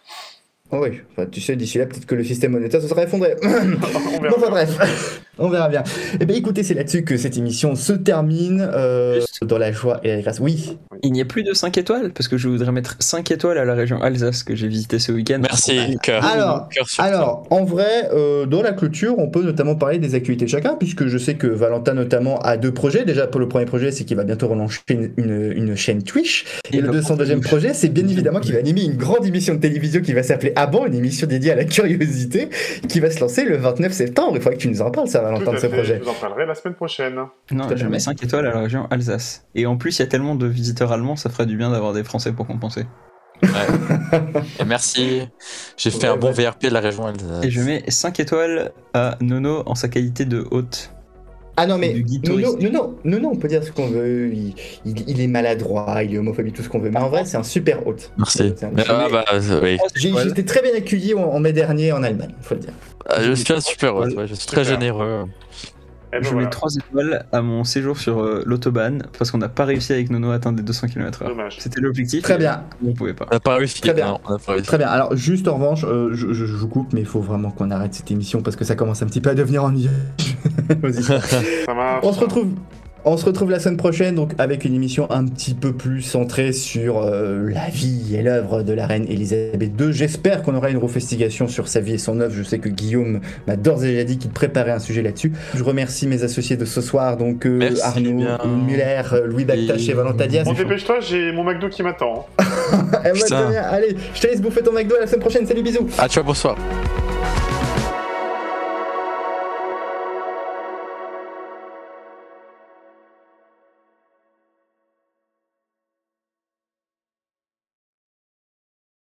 S1: Ah oui, enfin, tu sais, d'ici là, peut-être que le système monétaire se sera effondré.
S4: On
S1: Bon, *laughs*
S4: verra.
S1: enfin bref, on verra bien. Eh bien écoutez, c'est là-dessus que cette émission se termine euh,
S2: Juste.
S1: dans la joie et la grâce. Oui,
S2: Il n'y a plus de 5 étoiles parce que je voudrais mettre 5 étoiles à la région Alsace que j'ai visitée ce week-end.
S3: Merci, cœur.
S1: Alors,
S3: Cœur sur toi.
S1: alors en vrai, euh, dans la clôture, on peut notamment parler des actualités de chacun, puisque je sais que Valentin notamment a deux projets. Déjà, pour le premier projet, c'est qu'il va bientôt relancer une, une- une chaîne Twitch. Et, le 202e projet, c'est bien évidemment qu'il va animer une grande émission de télévision qui va s'appeler Avant, une émission dédiée à la curiosité, qui va se lancer le 29 septembre. Il faudrait que tu nous en parles, ça,
S4: Tout
S1: Valentin,
S4: à
S1: de ce
S4: fait,
S1: projet.
S4: Je vous en parlerai la semaine prochaine.
S2: Non,
S1: Tout à
S2: je
S1: fait.
S2: mets 5 étoiles à la région Alsace. Et en plus, il y a tellement de visiteurs allemands, ça ferait du bien d'avoir des Français pour compenser.
S3: Et merci. J'ai fait
S1: Ouais,
S3: un bon
S1: ouais.
S3: VRP de la région Alsace.
S2: Et je mets 5 étoiles à Nono en sa qualité de hôte.
S1: Ah non, mais
S2: Du guide
S1: non, non,
S2: touristique.
S1: non, non, non, on peut dire ce qu'on veut. Il, il- il est maladroit, il est homophobe, tout ce qu'on veut. Mais en vrai, c'est un super hôte.
S3: Merci.
S1: C'est un-
S3: Ah bah euh, oui.
S1: J'ai
S2: Étoile.
S1: été très bien accueilli en, en mai dernier en Allemagne, faut le dire.
S3: Ah, Je suis un super hôte, ouais, je suis très
S4: Super.
S3: généreux.
S4: Eh ben
S2: je
S4: voilà.
S2: mets 3 étoiles à mon séjour sur euh, l'autobahn parce qu'on n'a pas réussi avec Nono à atteindre les 200 km/h.
S4: Dommage.
S2: C'était l'objectif.
S1: Très
S2: et
S1: bien,
S2: On pouvait pas.
S3: On n'a pas réussi.
S1: Très bien.
S3: non, on n'a pas réussi.
S1: très bien. Alors, juste en revanche, euh, je, je- je vous coupe, mais il faut vraiment qu'on arrête cette émission parce que ça commence un petit peu à devenir ennuyeux. Vas-y.
S4: Ça marche.
S1: On se retrouve. On se retrouve la semaine prochaine donc avec une émission un petit peu plus centrée sur euh, la vie et l'œuvre de la reine Elisabeth II. J'espère qu'on aura une refestigation sur sa vie et son œuvre. Je sais que Guillaume m'a d'ores et déjà dit qu'il préparait un sujet là-dessus. Je remercie mes associés de ce soir donc euh,
S3: Merci
S1: Arnaud
S3: bien.
S1: Muller, euh, Louis Bactache et,
S3: Et-
S1: Valentin Diaz. *laughs*
S4: Bon, dépêche-toi, j'ai mon McDo qui m'attend. hein.
S1: Eh ouais,
S3: Putain.
S1: très bien. Allez, je te laisse bouffer ton McDo à la semaine prochaine. Salut, bisous.
S3: *laughs* Ah, tu vois, bonsoir.